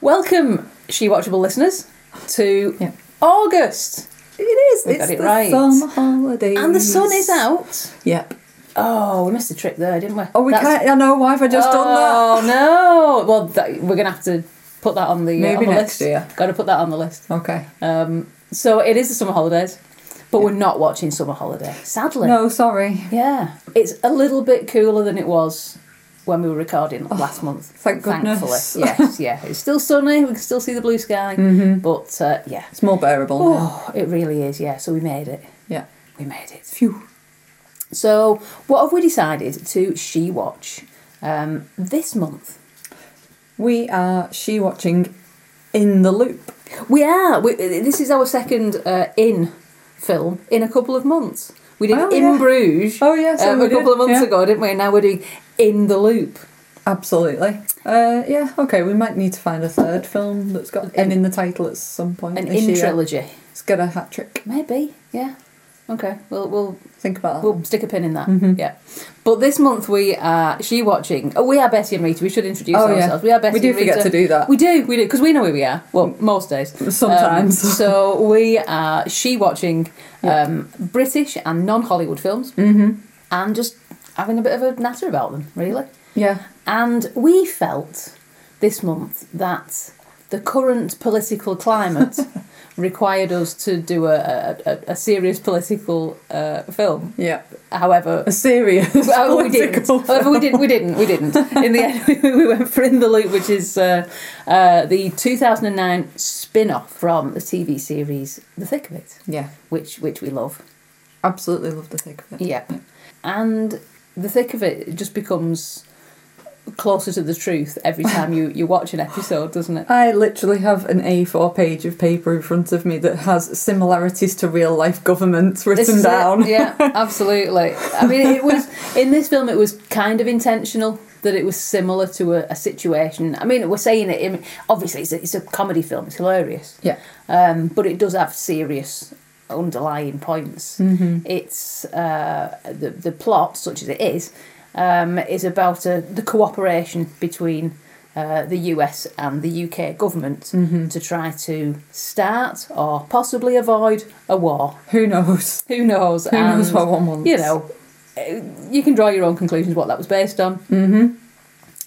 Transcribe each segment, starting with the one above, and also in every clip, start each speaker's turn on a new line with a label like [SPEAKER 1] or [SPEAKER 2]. [SPEAKER 1] Welcome, She Watchable listeners, to
[SPEAKER 2] Yeah.
[SPEAKER 1] August.
[SPEAKER 2] It is.
[SPEAKER 1] We
[SPEAKER 2] it's
[SPEAKER 1] got it
[SPEAKER 2] the
[SPEAKER 1] right.
[SPEAKER 2] summer holidays.
[SPEAKER 1] And the sun is out.
[SPEAKER 2] Yep.
[SPEAKER 1] Oh, we missed a trick there, didn't we?
[SPEAKER 2] Oh, we can't. I know. Why have I just
[SPEAKER 1] oh,
[SPEAKER 2] done
[SPEAKER 1] no. Well, that, we're going to have to put that on the, uh, on
[SPEAKER 2] Maybe
[SPEAKER 1] the list.
[SPEAKER 2] next year.
[SPEAKER 1] Got to put that on the list.
[SPEAKER 2] that? Okay.
[SPEAKER 1] Um, so it is the summer holidays, but we're not watching summer holiday, sadly.
[SPEAKER 2] No, sorry.
[SPEAKER 1] Yeah. It's a little bit cooler than it was when we were recording last month.
[SPEAKER 2] Oh, thank goodness.
[SPEAKER 1] Thankfully. Yes, yeah. It's still sunny, we can still see the blue sky,
[SPEAKER 2] Mm-hmm.
[SPEAKER 1] but uh, yeah.
[SPEAKER 2] It's more bearable. now.
[SPEAKER 1] Oh, it really is, yeah. So we made it.
[SPEAKER 2] Yeah.
[SPEAKER 1] We made it.
[SPEAKER 2] Phew.
[SPEAKER 1] So, what have we decided to she watch um, this month?
[SPEAKER 2] We are she watching in the loop.
[SPEAKER 1] We are. We, this is our second uh, in film in a couple of months. We did
[SPEAKER 2] Oh,
[SPEAKER 1] In
[SPEAKER 2] yeah.
[SPEAKER 1] Bruges
[SPEAKER 2] Oh, yeah, so
[SPEAKER 1] um,
[SPEAKER 2] we
[SPEAKER 1] a couple
[SPEAKER 2] did,
[SPEAKER 1] of months
[SPEAKER 2] yeah.
[SPEAKER 1] ago, didn't we? And now we're doing In the Loop.
[SPEAKER 2] Absolutely. Uh, yeah. Okay. We might need to find a third film that's got in in the title at some point.
[SPEAKER 1] An
[SPEAKER 2] this
[SPEAKER 1] in
[SPEAKER 2] year.
[SPEAKER 1] trilogy.
[SPEAKER 2] Let's get a hat trick.
[SPEAKER 1] Maybe, yeah. Okay, we'll, we'll,
[SPEAKER 2] Think about that.
[SPEAKER 1] we'll stick a pin in that.
[SPEAKER 2] Mm-hmm.
[SPEAKER 1] Yeah. But this month we are she watching. Oh, we are Betty and Rita. We should introduce
[SPEAKER 2] Oh, yeah.
[SPEAKER 1] ourselves. We are Betty
[SPEAKER 2] We do
[SPEAKER 1] and
[SPEAKER 2] forget
[SPEAKER 1] Rita.
[SPEAKER 2] to do that. Mm.
[SPEAKER 1] We do, we do, because we know who we are. Well, most days.
[SPEAKER 2] Sometimes.
[SPEAKER 1] Um, so we are she watching um, British and non Hollywood films
[SPEAKER 2] Mm-hmm.
[SPEAKER 1] and just having a bit of a natter about them, really.
[SPEAKER 2] yeah.
[SPEAKER 1] And we felt this month that the current political climate required us to do a, a, a- a serious political uh, film.
[SPEAKER 2] Yeah.
[SPEAKER 1] However,
[SPEAKER 2] A serious.
[SPEAKER 1] however Oh, we didn't.
[SPEAKER 2] political
[SPEAKER 1] However, we didn't. We didn't. We didn't. In the end, we, we went for In the Loop, which is uh, uh, the 2009 spin-off from the TV series The Thick of It,
[SPEAKER 2] Yeah.
[SPEAKER 1] which which we love.
[SPEAKER 2] Absolutely love the thick of it.
[SPEAKER 1] Yep. And the thick of it, it just becomes closer to the truth every time you, you watch an episode, doesn't it?
[SPEAKER 2] I literally have an A4 page of paper in front of me that has similarities to real life governments
[SPEAKER 1] This
[SPEAKER 2] written
[SPEAKER 1] is it.
[SPEAKER 2] down.
[SPEAKER 1] Yeah, absolutely. I mean, it was in this film. It was kind of intentional that it was similar to a, a situation. I mean, we're saying it. I mean, obviously, it's a, it's a comedy film. It's hilarious.
[SPEAKER 2] Yeah.
[SPEAKER 1] Um, but it does have serious underlying points. It's uh, the the plot, such as it is, um, is about uh, the cooperation between uh, the US and the UK government to try to start or possibly avoid a war.
[SPEAKER 2] Who knows?
[SPEAKER 1] Who knows?
[SPEAKER 2] Who knows what one wants?
[SPEAKER 1] You know, uh, you can draw your own conclusions what that was based on. Mm-hmm.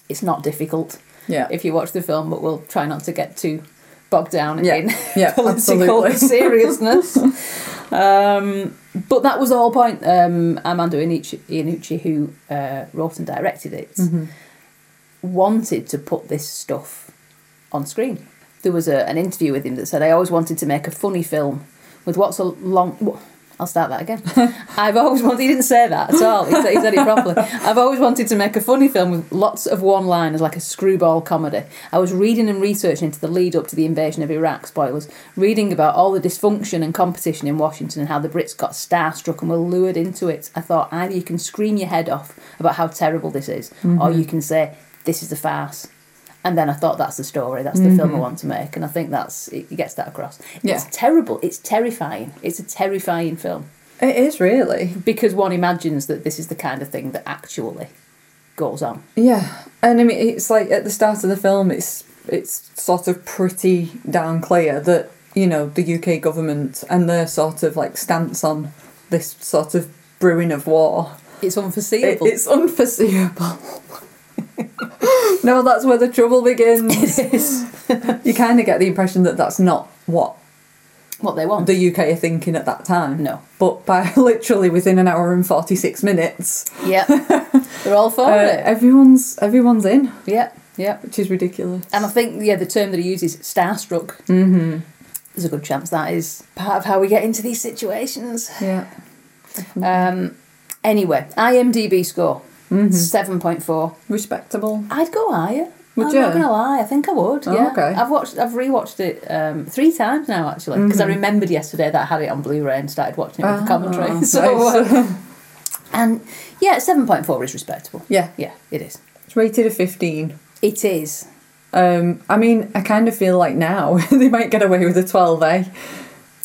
[SPEAKER 1] It's not difficult
[SPEAKER 2] Yeah.
[SPEAKER 1] if you watch the film, but we'll try not to get too bogged down
[SPEAKER 2] Yeah,
[SPEAKER 1] in
[SPEAKER 2] yeah,
[SPEAKER 1] political
[SPEAKER 2] absolutely.
[SPEAKER 1] seriousness. um, but that was the whole point. Um, Armando Iannucci, Iannucci who uh, wrote and directed it,
[SPEAKER 2] Mm-hmm.
[SPEAKER 1] wanted to put this stuff on screen. There was a, an interview with him that said, "I always wanted to make a funny film with what's a long." wha- I'll start that again. I've always wanted. He didn't say that at all. He said, he said it properly. I've always wanted to make a funny film with lots of one-liners, like a screwball comedy. I was reading and researching into the lead up to the invasion of Iraq. Spoilers. Reading about all the dysfunction and competition in Washington and how the Brits got starstruck and were lured into it. I thought either you can scream your head off about how terrible this is, or you can say this is a farce. And then I thought that's the story, that's the film I want to make, and I think that's it gets that across.
[SPEAKER 2] Yeah.
[SPEAKER 1] It's terrible, it's terrifying. It's a terrifying film
[SPEAKER 2] It is really.
[SPEAKER 1] because one imagines that this is the kind of thing that actually goes on.
[SPEAKER 2] Yeah. And I mean, it's like at the start of the film, it's it's sort of pretty down clear that you know the UK government and their sort of like stance on this sort of brewing of war.
[SPEAKER 1] It's
[SPEAKER 2] It,
[SPEAKER 1] unforeseeable.
[SPEAKER 2] it's unforeseeable. no, that's where the trouble begins.
[SPEAKER 1] It's
[SPEAKER 2] you kind of get the impression that that's not what
[SPEAKER 1] what they want.
[SPEAKER 2] the UK are thinking at that time.
[SPEAKER 1] No.
[SPEAKER 2] But by literally within an hour and 46 minutes,
[SPEAKER 1] yeah, they're all for
[SPEAKER 2] uh,
[SPEAKER 1] it.
[SPEAKER 2] everyone's everyone's in,
[SPEAKER 1] Yeah, yeah.
[SPEAKER 2] which is ridiculous.
[SPEAKER 1] And I think yeah, the term that he uses, starstruck. Mm-hmm. There's a good chance that is part of how we get into these situations.
[SPEAKER 2] Yeah.
[SPEAKER 1] Um, anyway, IMDb score seven point four.
[SPEAKER 2] Respectable.
[SPEAKER 1] I'd go higher.
[SPEAKER 2] Would
[SPEAKER 1] I'm
[SPEAKER 2] you?
[SPEAKER 1] not gonna lie. I think I would.
[SPEAKER 2] Oh,
[SPEAKER 1] yeah.
[SPEAKER 2] okay.
[SPEAKER 1] I've watched. I've rewatched it um, three times now actually because I remembered yesterday that I had it on Blu-ray and started watching it with the commentary.
[SPEAKER 2] Mm-hmm. Ah,
[SPEAKER 1] so
[SPEAKER 2] nice.
[SPEAKER 1] uh, and yeah, seven point four is respectable.
[SPEAKER 2] Yeah.
[SPEAKER 1] Yeah, it is.
[SPEAKER 2] It's rated a 15.
[SPEAKER 1] It is.
[SPEAKER 2] Um, I mean, I kind of feel like now they might get away with a 12, eh?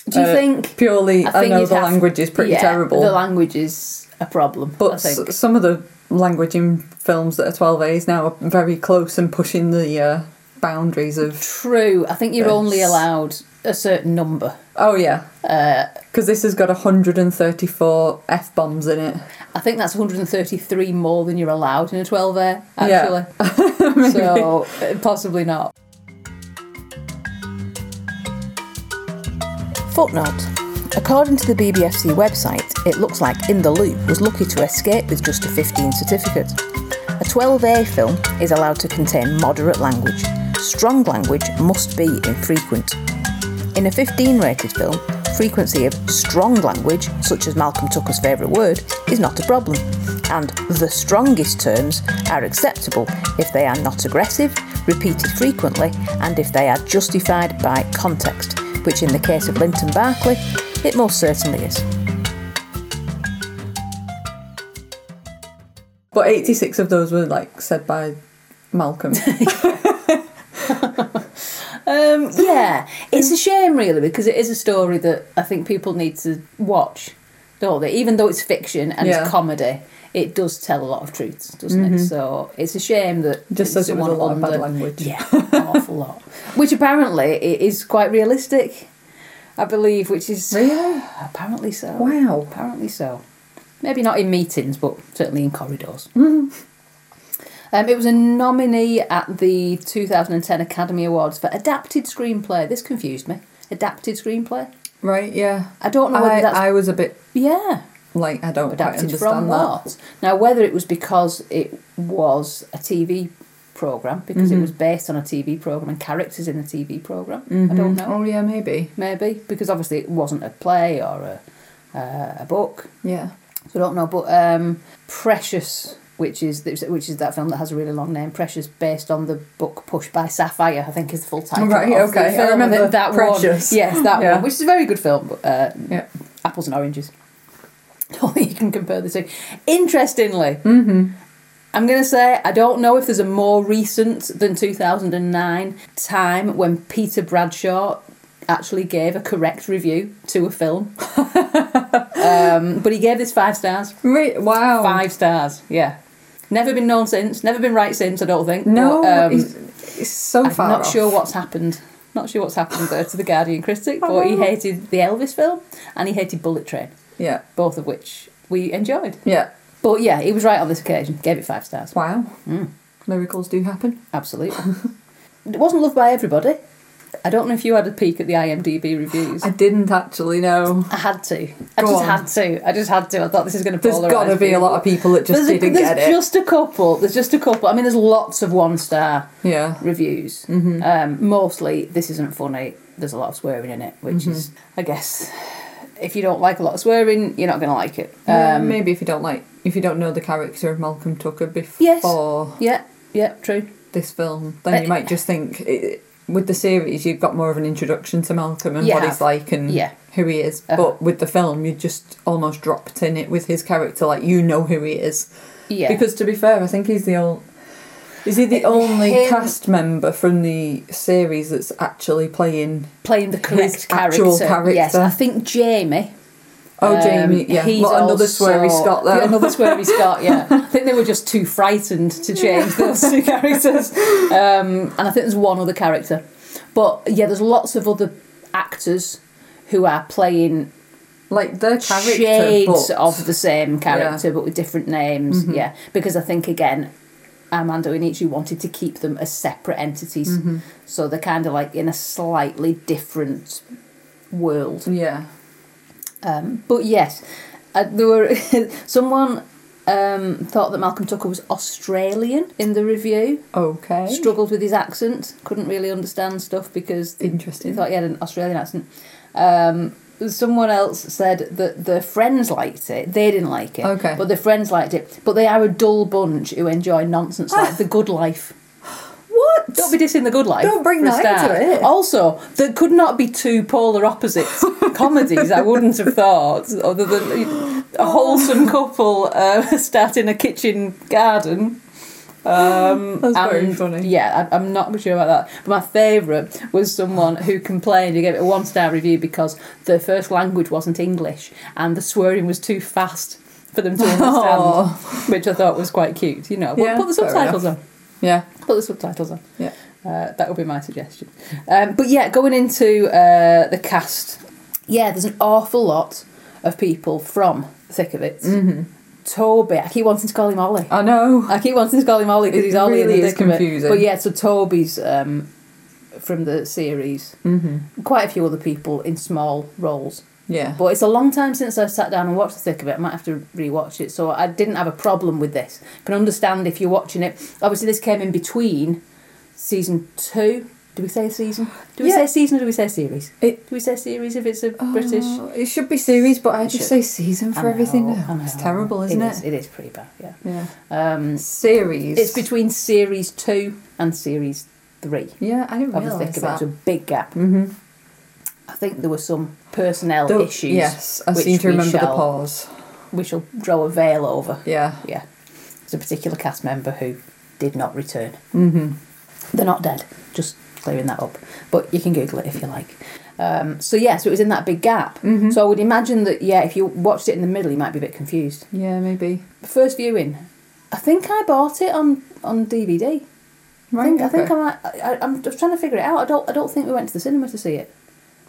[SPEAKER 1] Do you
[SPEAKER 2] Uh,
[SPEAKER 1] think?
[SPEAKER 2] Purely, I,
[SPEAKER 1] think
[SPEAKER 2] know
[SPEAKER 1] you'd
[SPEAKER 2] the
[SPEAKER 1] have-
[SPEAKER 2] language is pretty
[SPEAKER 1] yeah,
[SPEAKER 2] terrible,
[SPEAKER 1] The language is a problem.
[SPEAKER 2] but
[SPEAKER 1] I
[SPEAKER 2] s-
[SPEAKER 1] think.
[SPEAKER 2] some of the language in films that are twelve A's now are very close and pushing the uh, boundaries of.
[SPEAKER 1] True. I think you're only
[SPEAKER 2] Yes.
[SPEAKER 1] allowed a certain number.
[SPEAKER 2] Oh yeah, because this has got hundred and thirty-four f bombs in it.
[SPEAKER 1] I think that's 133 more than you're allowed in a 12 air,
[SPEAKER 2] Yeah.
[SPEAKER 1] actually. so, uh, possibly not.
[SPEAKER 3] Footnote. According to the BBFC website, it looks like In the Loop was lucky to escape with just a 15 certificate. A 12A film is allowed to contain moderate language. Strong language must be infrequent. In a 15 rated film, frequency of strong language, such as Malcolm Tucker's favourite word, is not a problem, and the strongest terms are acceptable if they are not aggressive, repeated frequently, and if they are justified by context, which in the case of Linton Barclay, it most certainly is.
[SPEAKER 2] But eighty-six of those were like said by Malcolm.
[SPEAKER 1] Um, yeah, it's a shame, really, because it is a story that I think people need to watch, don't they? Even though it's fiction and
[SPEAKER 2] Yeah. Mm-hmm.
[SPEAKER 1] it's comedy, it does tell a lot of truths, doesn't it? So it's a shame that
[SPEAKER 2] Just as it was
[SPEAKER 1] someone
[SPEAKER 2] a lot of bad
[SPEAKER 1] under-
[SPEAKER 2] language.
[SPEAKER 1] Yeah, an awful lot. Which apparently it is quite realistic, I believe. Which is
[SPEAKER 2] Really?
[SPEAKER 1] apparently so.
[SPEAKER 2] Wow.
[SPEAKER 1] Apparently so. Maybe not in meetings, but certainly in corridors.
[SPEAKER 2] Mm-hmm.
[SPEAKER 1] Um, it was a nominee at the 2010 Academy Awards for adapted screenplay. This confused me. Adapted screenplay.
[SPEAKER 2] Right, yeah.
[SPEAKER 1] I don't know whether
[SPEAKER 2] I,
[SPEAKER 1] that's
[SPEAKER 2] I was a bit
[SPEAKER 1] yeah
[SPEAKER 2] like I don't quite
[SPEAKER 1] adapted
[SPEAKER 2] understand
[SPEAKER 1] from
[SPEAKER 2] that.
[SPEAKER 1] what. Now whether it was because it was a TV program because
[SPEAKER 2] Mm-hmm.
[SPEAKER 1] it was based on a TV program and characters in a TV program. I don't know.
[SPEAKER 2] Oh yeah, maybe.
[SPEAKER 1] Maybe because obviously it wasn't a play or a uh, a book.
[SPEAKER 2] Yeah.
[SPEAKER 1] So I don't know, but um, Precious, which is which is that film that has a really long name, Precious, based on the book Push by Sapphire, I think is the full title.
[SPEAKER 2] Right,
[SPEAKER 1] of the
[SPEAKER 2] okay, I
[SPEAKER 1] film.
[SPEAKER 2] remember
[SPEAKER 1] Th- that
[SPEAKER 2] Precious.
[SPEAKER 1] One, yes, that
[SPEAKER 2] Yeah.
[SPEAKER 1] one, which is a very good film, but uh,
[SPEAKER 2] Yeah.
[SPEAKER 1] apples and oranges. Don't think you can compare the two. Interestingly,
[SPEAKER 2] Mm-hmm.
[SPEAKER 1] I'm going to say I don't know if there's a more recent than 2009 time when Peter Bradshaw actually gave a correct review to a film. um, but he gave this five stars.
[SPEAKER 2] Re- wow.
[SPEAKER 1] Five stars, yeah. Never been known since, never been right since, I don't think.
[SPEAKER 2] No,
[SPEAKER 1] But, um,
[SPEAKER 2] it's, it's so
[SPEAKER 1] I'm
[SPEAKER 2] far.
[SPEAKER 1] not
[SPEAKER 2] off.
[SPEAKER 1] sure what's happened. Not sure what's happened there to the Guardian critic, but he hated the Elvis film and he hated Bullet Train,
[SPEAKER 2] Yeah.
[SPEAKER 1] both of which we enjoyed.
[SPEAKER 2] Yeah.
[SPEAKER 1] But yeah, he was right on this occasion. Gave it five stars.
[SPEAKER 2] Wow.
[SPEAKER 1] Hmm.
[SPEAKER 2] Miracles do happen.
[SPEAKER 1] Absolutely. it wasn't loved by everybody. I don't know if you had a peek at the IMDb reviews.
[SPEAKER 2] I
[SPEAKER 1] I,
[SPEAKER 2] didn't actually know.
[SPEAKER 1] had to. I
[SPEAKER 2] Go
[SPEAKER 1] just
[SPEAKER 2] on.
[SPEAKER 1] had to. I just had to. I thought this is going to
[SPEAKER 2] There's
[SPEAKER 1] polarize.
[SPEAKER 2] got to be a
[SPEAKER 1] people.
[SPEAKER 2] lot of people that just
[SPEAKER 1] There's, a,
[SPEAKER 2] didn't
[SPEAKER 1] there's
[SPEAKER 2] get it.
[SPEAKER 1] just a couple. There's just a couple. I mean, there's lots of one star
[SPEAKER 2] Yeah.
[SPEAKER 1] reviews.
[SPEAKER 2] Mm-hmm.
[SPEAKER 1] Um, mostly, this isn't funny. There's a lot of swearing in it, which
[SPEAKER 2] Mm-hmm.
[SPEAKER 1] is, I guess, if you don't like a lot of swearing, you're not going to like it.
[SPEAKER 2] Yeah,
[SPEAKER 1] Um,
[SPEAKER 2] maybe if you don't like if you don't know the character of Malcolm Tucker before
[SPEAKER 1] Yes. yeah, yeah, true.
[SPEAKER 2] this film, then you might just think it, with the series you've got more of an introduction to Malcolm and
[SPEAKER 1] You
[SPEAKER 2] what
[SPEAKER 1] have.
[SPEAKER 2] he's like and
[SPEAKER 1] Yeah.
[SPEAKER 2] who he is.
[SPEAKER 1] Uh-huh.
[SPEAKER 2] But with the film, you just almost dropped in it with his character, like you know who he is.
[SPEAKER 1] Yeah. Uh,
[SPEAKER 2] Because to be fair, I think he's the only. Is he the only
[SPEAKER 1] him-
[SPEAKER 2] cast member from the series that's actually playing?
[SPEAKER 1] playing the correct character.
[SPEAKER 2] actual
[SPEAKER 1] Yes,
[SPEAKER 2] character.
[SPEAKER 1] I think Jamie.
[SPEAKER 2] Oh,
[SPEAKER 1] um,
[SPEAKER 2] Jamie, yeah,
[SPEAKER 1] he's
[SPEAKER 2] Not another
[SPEAKER 1] also-
[SPEAKER 2] sweary Scott there.
[SPEAKER 1] Yeah, Another sweary Scott. Yeah, I think they were just too frightened to change those two characters. Um, and I think there's one other character, but yeah, there's lots of other actors who are playing
[SPEAKER 2] like their character,
[SPEAKER 1] shades
[SPEAKER 2] but Mm-hmm.
[SPEAKER 1] of the same character but with different names. Yeah, because I think again, Armando and Ichi wanted to keep them as separate entities,
[SPEAKER 2] Mm-hmm.
[SPEAKER 1] so they're kind of like in a slightly different world.
[SPEAKER 2] yeah,
[SPEAKER 1] Um, but yes, uh, there were someone um, thought that Malcolm Tucker was Australian in the review.
[SPEAKER 2] okay,
[SPEAKER 1] Struggled with his accent, couldn't really understand stuff because he
[SPEAKER 2] interesting.
[SPEAKER 1] thought he had an Australian accent. Um, someone else said that their friends liked it. They didn't like it.
[SPEAKER 2] Okay.
[SPEAKER 1] But their friends liked it. But they are a dull bunch who enjoy nonsense like the good life.
[SPEAKER 2] What?
[SPEAKER 1] Don't be dissing the good life.
[SPEAKER 2] Don't bring
[SPEAKER 1] for a
[SPEAKER 2] that into
[SPEAKER 1] start.
[SPEAKER 2] it.
[SPEAKER 1] Also, there could not be two polar opposites comedies. I wouldn't have thought, other than a wholesome couple uh, starting a kitchen garden Um,
[SPEAKER 2] That's very
[SPEAKER 1] and,
[SPEAKER 2] funny.
[SPEAKER 1] Yeah, I, I'm not sure about that. But my favourite was someone who complained, who gave it a one star review because their first language wasn't English and the swearing was too fast for them to understand,
[SPEAKER 2] Aw.
[SPEAKER 1] which I thought was quite cute. You know, But
[SPEAKER 2] Oh. Yeah,
[SPEAKER 1] put the
[SPEAKER 2] fair
[SPEAKER 1] subtitles on.
[SPEAKER 2] Yeah.
[SPEAKER 1] Put the subtitles on.
[SPEAKER 2] Yeah.
[SPEAKER 1] Uh, that would be my suggestion. Um, but yeah, going into uh, the cast, yeah, there's an awful lot of people from the thick of it. Mm-hmm. Toby, I keep wanting to call him Ollie.
[SPEAKER 2] I know.
[SPEAKER 1] I keep wanting to call him Ollie because
[SPEAKER 2] It
[SPEAKER 1] he's Ollie
[SPEAKER 2] really
[SPEAKER 1] in the
[SPEAKER 2] is
[SPEAKER 1] thick of it.
[SPEAKER 2] confusing.
[SPEAKER 1] But yeah, so Toby's um, from the series. Mm-hmm. Quite a few other people in small roles.
[SPEAKER 2] Yeah.
[SPEAKER 1] But it's a long time since I've sat down and watched the thick of it. I might have to rewatch it. So I didn't have a problem with this. Can understand if you're watching it. Obviously, this came in between season two. Do we say season? Do we
[SPEAKER 2] Yeah.
[SPEAKER 1] say season or do we say series?
[SPEAKER 2] It-
[SPEAKER 1] do we say series if it's a British?
[SPEAKER 2] Oh, it should be series, but I
[SPEAKER 1] should.
[SPEAKER 2] just say season
[SPEAKER 1] I
[SPEAKER 2] for everything
[SPEAKER 1] know,
[SPEAKER 2] now.
[SPEAKER 1] I
[SPEAKER 2] It's
[SPEAKER 1] know.
[SPEAKER 2] terrible, isn't it?
[SPEAKER 1] It is, it is pretty bad. Yeah.
[SPEAKER 2] Yeah.
[SPEAKER 1] Um,
[SPEAKER 2] Series.
[SPEAKER 1] it's between series two and series three.
[SPEAKER 2] Yeah, I didn't
[SPEAKER 1] Of the thick
[SPEAKER 2] realise
[SPEAKER 1] of it,
[SPEAKER 2] that.
[SPEAKER 1] it's a big gap. Mm-hmm. I think there were some personnel
[SPEAKER 2] Though-
[SPEAKER 1] issues.
[SPEAKER 2] Yes, I
[SPEAKER 1] which
[SPEAKER 2] seem to
[SPEAKER 1] we
[SPEAKER 2] remember the
[SPEAKER 1] shall-
[SPEAKER 2] pause.
[SPEAKER 1] we shall draw a veil over.
[SPEAKER 2] Yeah.
[SPEAKER 1] Yeah. There's a particular cast member who did not return. Mm-hmm. They're not dead, just clearing that up. But you can Google it if you like. Um, so, yeah, so it was in that big gap.
[SPEAKER 2] Mm-hmm.
[SPEAKER 1] So I would imagine that, yeah, if you watched it in the middle, you might be a bit confused.
[SPEAKER 2] Yeah, maybe.
[SPEAKER 1] First viewing, I think I bought it on, on DVD. I
[SPEAKER 2] Right.
[SPEAKER 1] think, I, think
[SPEAKER 2] okay.
[SPEAKER 1] I might, I, I'm just trying to figure it out. I don't, I don't think we went to the cinema to see it.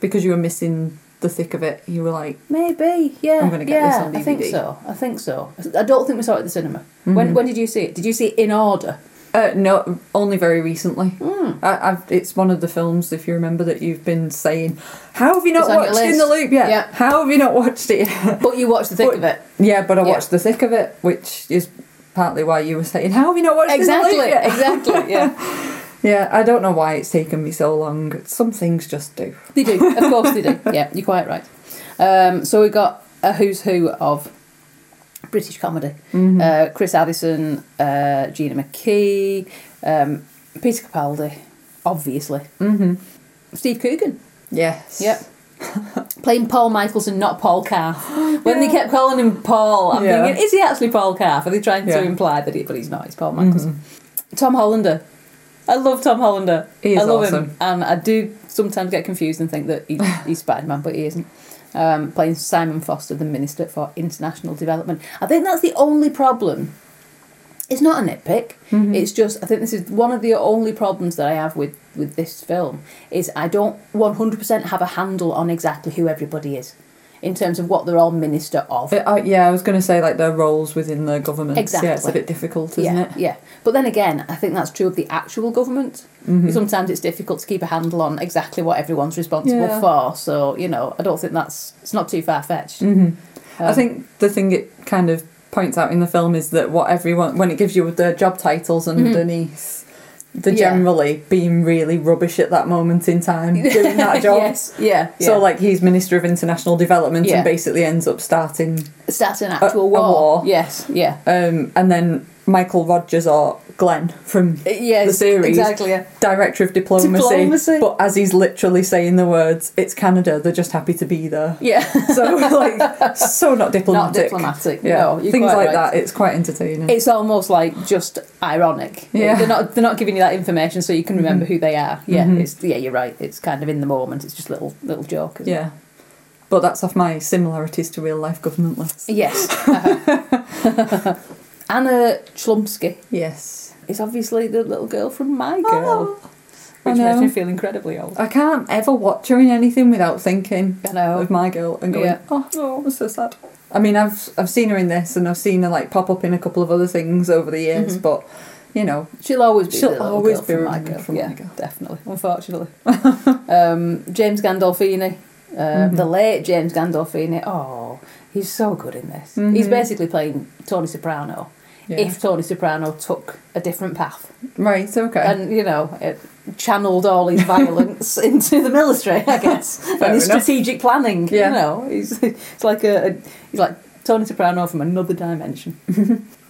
[SPEAKER 2] Because you were missing the thick of it, you were like,
[SPEAKER 1] Maybe, yeah.
[SPEAKER 2] I'm gonna get
[SPEAKER 1] yeah,
[SPEAKER 2] this on
[SPEAKER 1] I think
[SPEAKER 2] DVD.
[SPEAKER 1] so. I think so. I don't think we saw it at the cinema. When
[SPEAKER 2] Mm-hmm.
[SPEAKER 1] when did you see it? Did you see it in order?
[SPEAKER 2] uh, no, only very recently.
[SPEAKER 1] Hmm.
[SPEAKER 2] I, I've, it's one of the films, if you remember, that you've been saying, How have you not
[SPEAKER 1] It's on your
[SPEAKER 2] watched In the
[SPEAKER 1] list."
[SPEAKER 2] Loop yet?
[SPEAKER 1] Yeah.
[SPEAKER 2] How have you not watched it yet?
[SPEAKER 1] But you watched the thick
[SPEAKER 2] But-
[SPEAKER 1] of it.
[SPEAKER 2] Yeah, but I
[SPEAKER 1] Yeah.
[SPEAKER 2] watched the thick of it, which is partly why you were saying, How have you not watched In
[SPEAKER 1] Exactly,
[SPEAKER 2] the Loop yet?
[SPEAKER 1] exactly. Yeah,
[SPEAKER 2] Yeah, I don't know why it's taken me so long. Some things just do.
[SPEAKER 1] they do. Of course they do. Yeah, you're quite right. Um, so we got a who's who of British comedy: uh, Chris Addison, uh, Gina McKee, um, Peter Capaldi, obviously,
[SPEAKER 2] Mm-hmm.
[SPEAKER 1] Steve Coogan.
[SPEAKER 2] Yes.
[SPEAKER 1] Yep. Playing Paul Michelson, not Paul Calf. When they kept calling him Paul, I'm
[SPEAKER 2] Yeah.
[SPEAKER 1] thinking, is he actually Paul Calf? Are they trying
[SPEAKER 2] Yeah. Mm-hmm.
[SPEAKER 1] to imply that he, but he's not, he's Paul Michelson. Tom Hollander. I love Tom Hollander.
[SPEAKER 2] He is
[SPEAKER 1] I love
[SPEAKER 2] awesome.
[SPEAKER 1] him. And I do sometimes get confused and think that he, he's Spider Man, but he isn't. Um, playing Simon Foster, the Minister for International Development. I think that's the only problem it's not a nitpick.
[SPEAKER 2] Mm-hmm.
[SPEAKER 1] It's just I think this is one of the only problems that I have with with this film is I don't one hundred percent have a handle on exactly who everybody is in terms of what they're all minister of.
[SPEAKER 2] Uh, uh, yeah, I was going to say like their roles within the government. Yeah, it's a
[SPEAKER 1] Exactly.
[SPEAKER 2] bit difficult, isn't
[SPEAKER 1] yeah,
[SPEAKER 2] it?
[SPEAKER 1] yeah. But then again, I think that's true of the actual government.
[SPEAKER 2] Mm-hmm.
[SPEAKER 1] Sometimes it's difficult to keep a handle on exactly what everyone's responsible
[SPEAKER 2] Yeah.
[SPEAKER 1] for. So you know, I don't think that's it's not too far fetched.
[SPEAKER 2] Mm-hmm. I
[SPEAKER 1] Um,
[SPEAKER 2] think the thing it kind of points out in the film is that what everyone when it gives you the job titles underneath. The
[SPEAKER 1] Mm-hmm. Yeah.
[SPEAKER 2] generally being really rubbish at that moment in time doing that job.
[SPEAKER 1] yes, yeah, yeah.
[SPEAKER 2] So like he's Minister of International Development
[SPEAKER 1] Yeah.
[SPEAKER 2] and basically ends up starting
[SPEAKER 1] start an actual
[SPEAKER 2] a
[SPEAKER 1] war.
[SPEAKER 2] war.
[SPEAKER 1] Yes, yeah.
[SPEAKER 2] um, and then Michael Rogers or Glenn from
[SPEAKER 1] Yes,
[SPEAKER 2] the series
[SPEAKER 1] Uh, exactly, yeah.
[SPEAKER 2] director of diplomacy,
[SPEAKER 1] Diplomacy.
[SPEAKER 2] but as he's literally saying the words it's Canada they're just happy to be there
[SPEAKER 1] Yeah.
[SPEAKER 2] so like so not diplomatic
[SPEAKER 1] diplomatic,
[SPEAKER 2] yeah
[SPEAKER 1] no, you're
[SPEAKER 2] things
[SPEAKER 1] quite
[SPEAKER 2] like
[SPEAKER 1] right.
[SPEAKER 2] that it's quite entertaining
[SPEAKER 1] it's almost like just ironic.
[SPEAKER 2] Yeah. Mm-hmm.
[SPEAKER 1] they're not they're not giving you that information so you can remember who they are. Yeah, it's yeah, you're right. It's kind of in the moment. It's just little little joke. isn't it?
[SPEAKER 2] yeah but that's off my similarities to real life government list
[SPEAKER 1] Yes. Uh-huh. Anna Chlumsky
[SPEAKER 2] yes
[SPEAKER 1] is obviously the little girl from My Girl,
[SPEAKER 2] Oh, I
[SPEAKER 1] which makes
[SPEAKER 2] know.
[SPEAKER 1] me feel incredibly old.
[SPEAKER 2] I can't ever watch her in anything without thinking
[SPEAKER 1] I know.
[SPEAKER 2] of my girl and going,
[SPEAKER 1] Yeah.
[SPEAKER 2] oh, oh, I'm so sad. I mean, I've I've seen her in this and I've seen her like pop up in a couple of other things over the
[SPEAKER 1] Mm-hmm.
[SPEAKER 2] years, but you know,
[SPEAKER 1] She'll always be.
[SPEAKER 2] She'll
[SPEAKER 1] the little
[SPEAKER 2] always
[SPEAKER 1] girl
[SPEAKER 2] be
[SPEAKER 1] from my
[SPEAKER 2] remembered
[SPEAKER 1] girl.
[SPEAKER 2] from
[SPEAKER 1] yeah,
[SPEAKER 2] My Girl.
[SPEAKER 1] definitely. Unfortunately, um, James Gandolfini, uh,
[SPEAKER 2] Mm-hmm.
[SPEAKER 1] the late James Gandolfini. Oh, he's so good in this. He's basically playing Tony Soprano.
[SPEAKER 2] Mm-hmm. Yeah.
[SPEAKER 1] If Tony Soprano took a different path
[SPEAKER 2] right, okay,
[SPEAKER 1] and you know it channeled all his violence into the military, I guess, and his
[SPEAKER 2] enough.
[SPEAKER 1] strategic planning.
[SPEAKER 2] Yeah.
[SPEAKER 1] You know, he's it's like a, a he's like Tony Soprano from another dimension.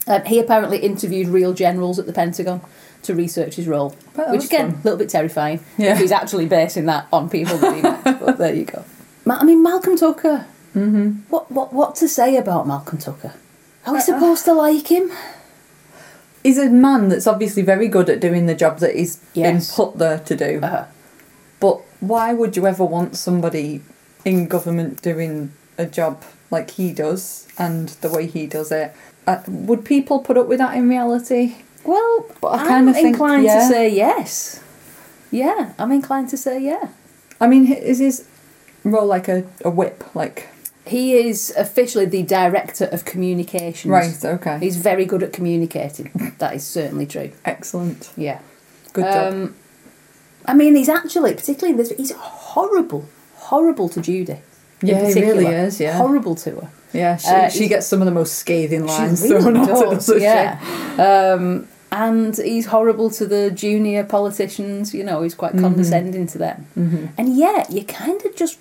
[SPEAKER 1] um, he apparently interviewed real generals at the Pentagon to research his role, which
[SPEAKER 2] Well, Oh, that's
[SPEAKER 1] again,
[SPEAKER 2] fun.
[SPEAKER 1] a little bit terrifying.
[SPEAKER 2] Yeah.
[SPEAKER 1] if he's actually basing that on people that he met. but there you go. Ma- I mean, Malcolm Tucker. Mm-hmm.
[SPEAKER 2] Uh,
[SPEAKER 1] What what what to say about Malcolm Tucker? Are we supposed to like him?
[SPEAKER 2] he's a man that's obviously very good at doing the job that he's
[SPEAKER 1] Yes.
[SPEAKER 2] been put there to do.
[SPEAKER 1] Uh,
[SPEAKER 2] But why would you ever want somebody in government doing a job like he does and the way he does it? Uh, would people put up with that in reality?
[SPEAKER 1] well,
[SPEAKER 2] But I
[SPEAKER 1] I am
[SPEAKER 2] kinda think,
[SPEAKER 1] inclined to
[SPEAKER 2] yeah.
[SPEAKER 1] say yes. Yeah, I'm inclined to say yeah.
[SPEAKER 2] I mean, h- is his role like a, a whip? Like,
[SPEAKER 1] He is officially the director of communications.
[SPEAKER 2] right, okay.
[SPEAKER 1] He's very good at communicating. that is certainly true.
[SPEAKER 2] excellent.
[SPEAKER 1] Yeah.
[SPEAKER 2] Good job.
[SPEAKER 1] Um, I mean, he's actually, particularly in this, he's horrible, horrible to Judy. in
[SPEAKER 2] Yeah, he
[SPEAKER 1] particular.
[SPEAKER 2] really is, yeah.
[SPEAKER 1] horrible to her.
[SPEAKER 2] Yeah, she,
[SPEAKER 1] uh,
[SPEAKER 2] she gets some of the most scathing lines
[SPEAKER 1] She really
[SPEAKER 2] thrown at her,
[SPEAKER 1] does,
[SPEAKER 2] doesn't she?
[SPEAKER 1] yeah. Um, and he's horrible to the junior politicians. You know, he's quite
[SPEAKER 2] Mm-hmm.
[SPEAKER 1] condescending to them. And yet, you kind of just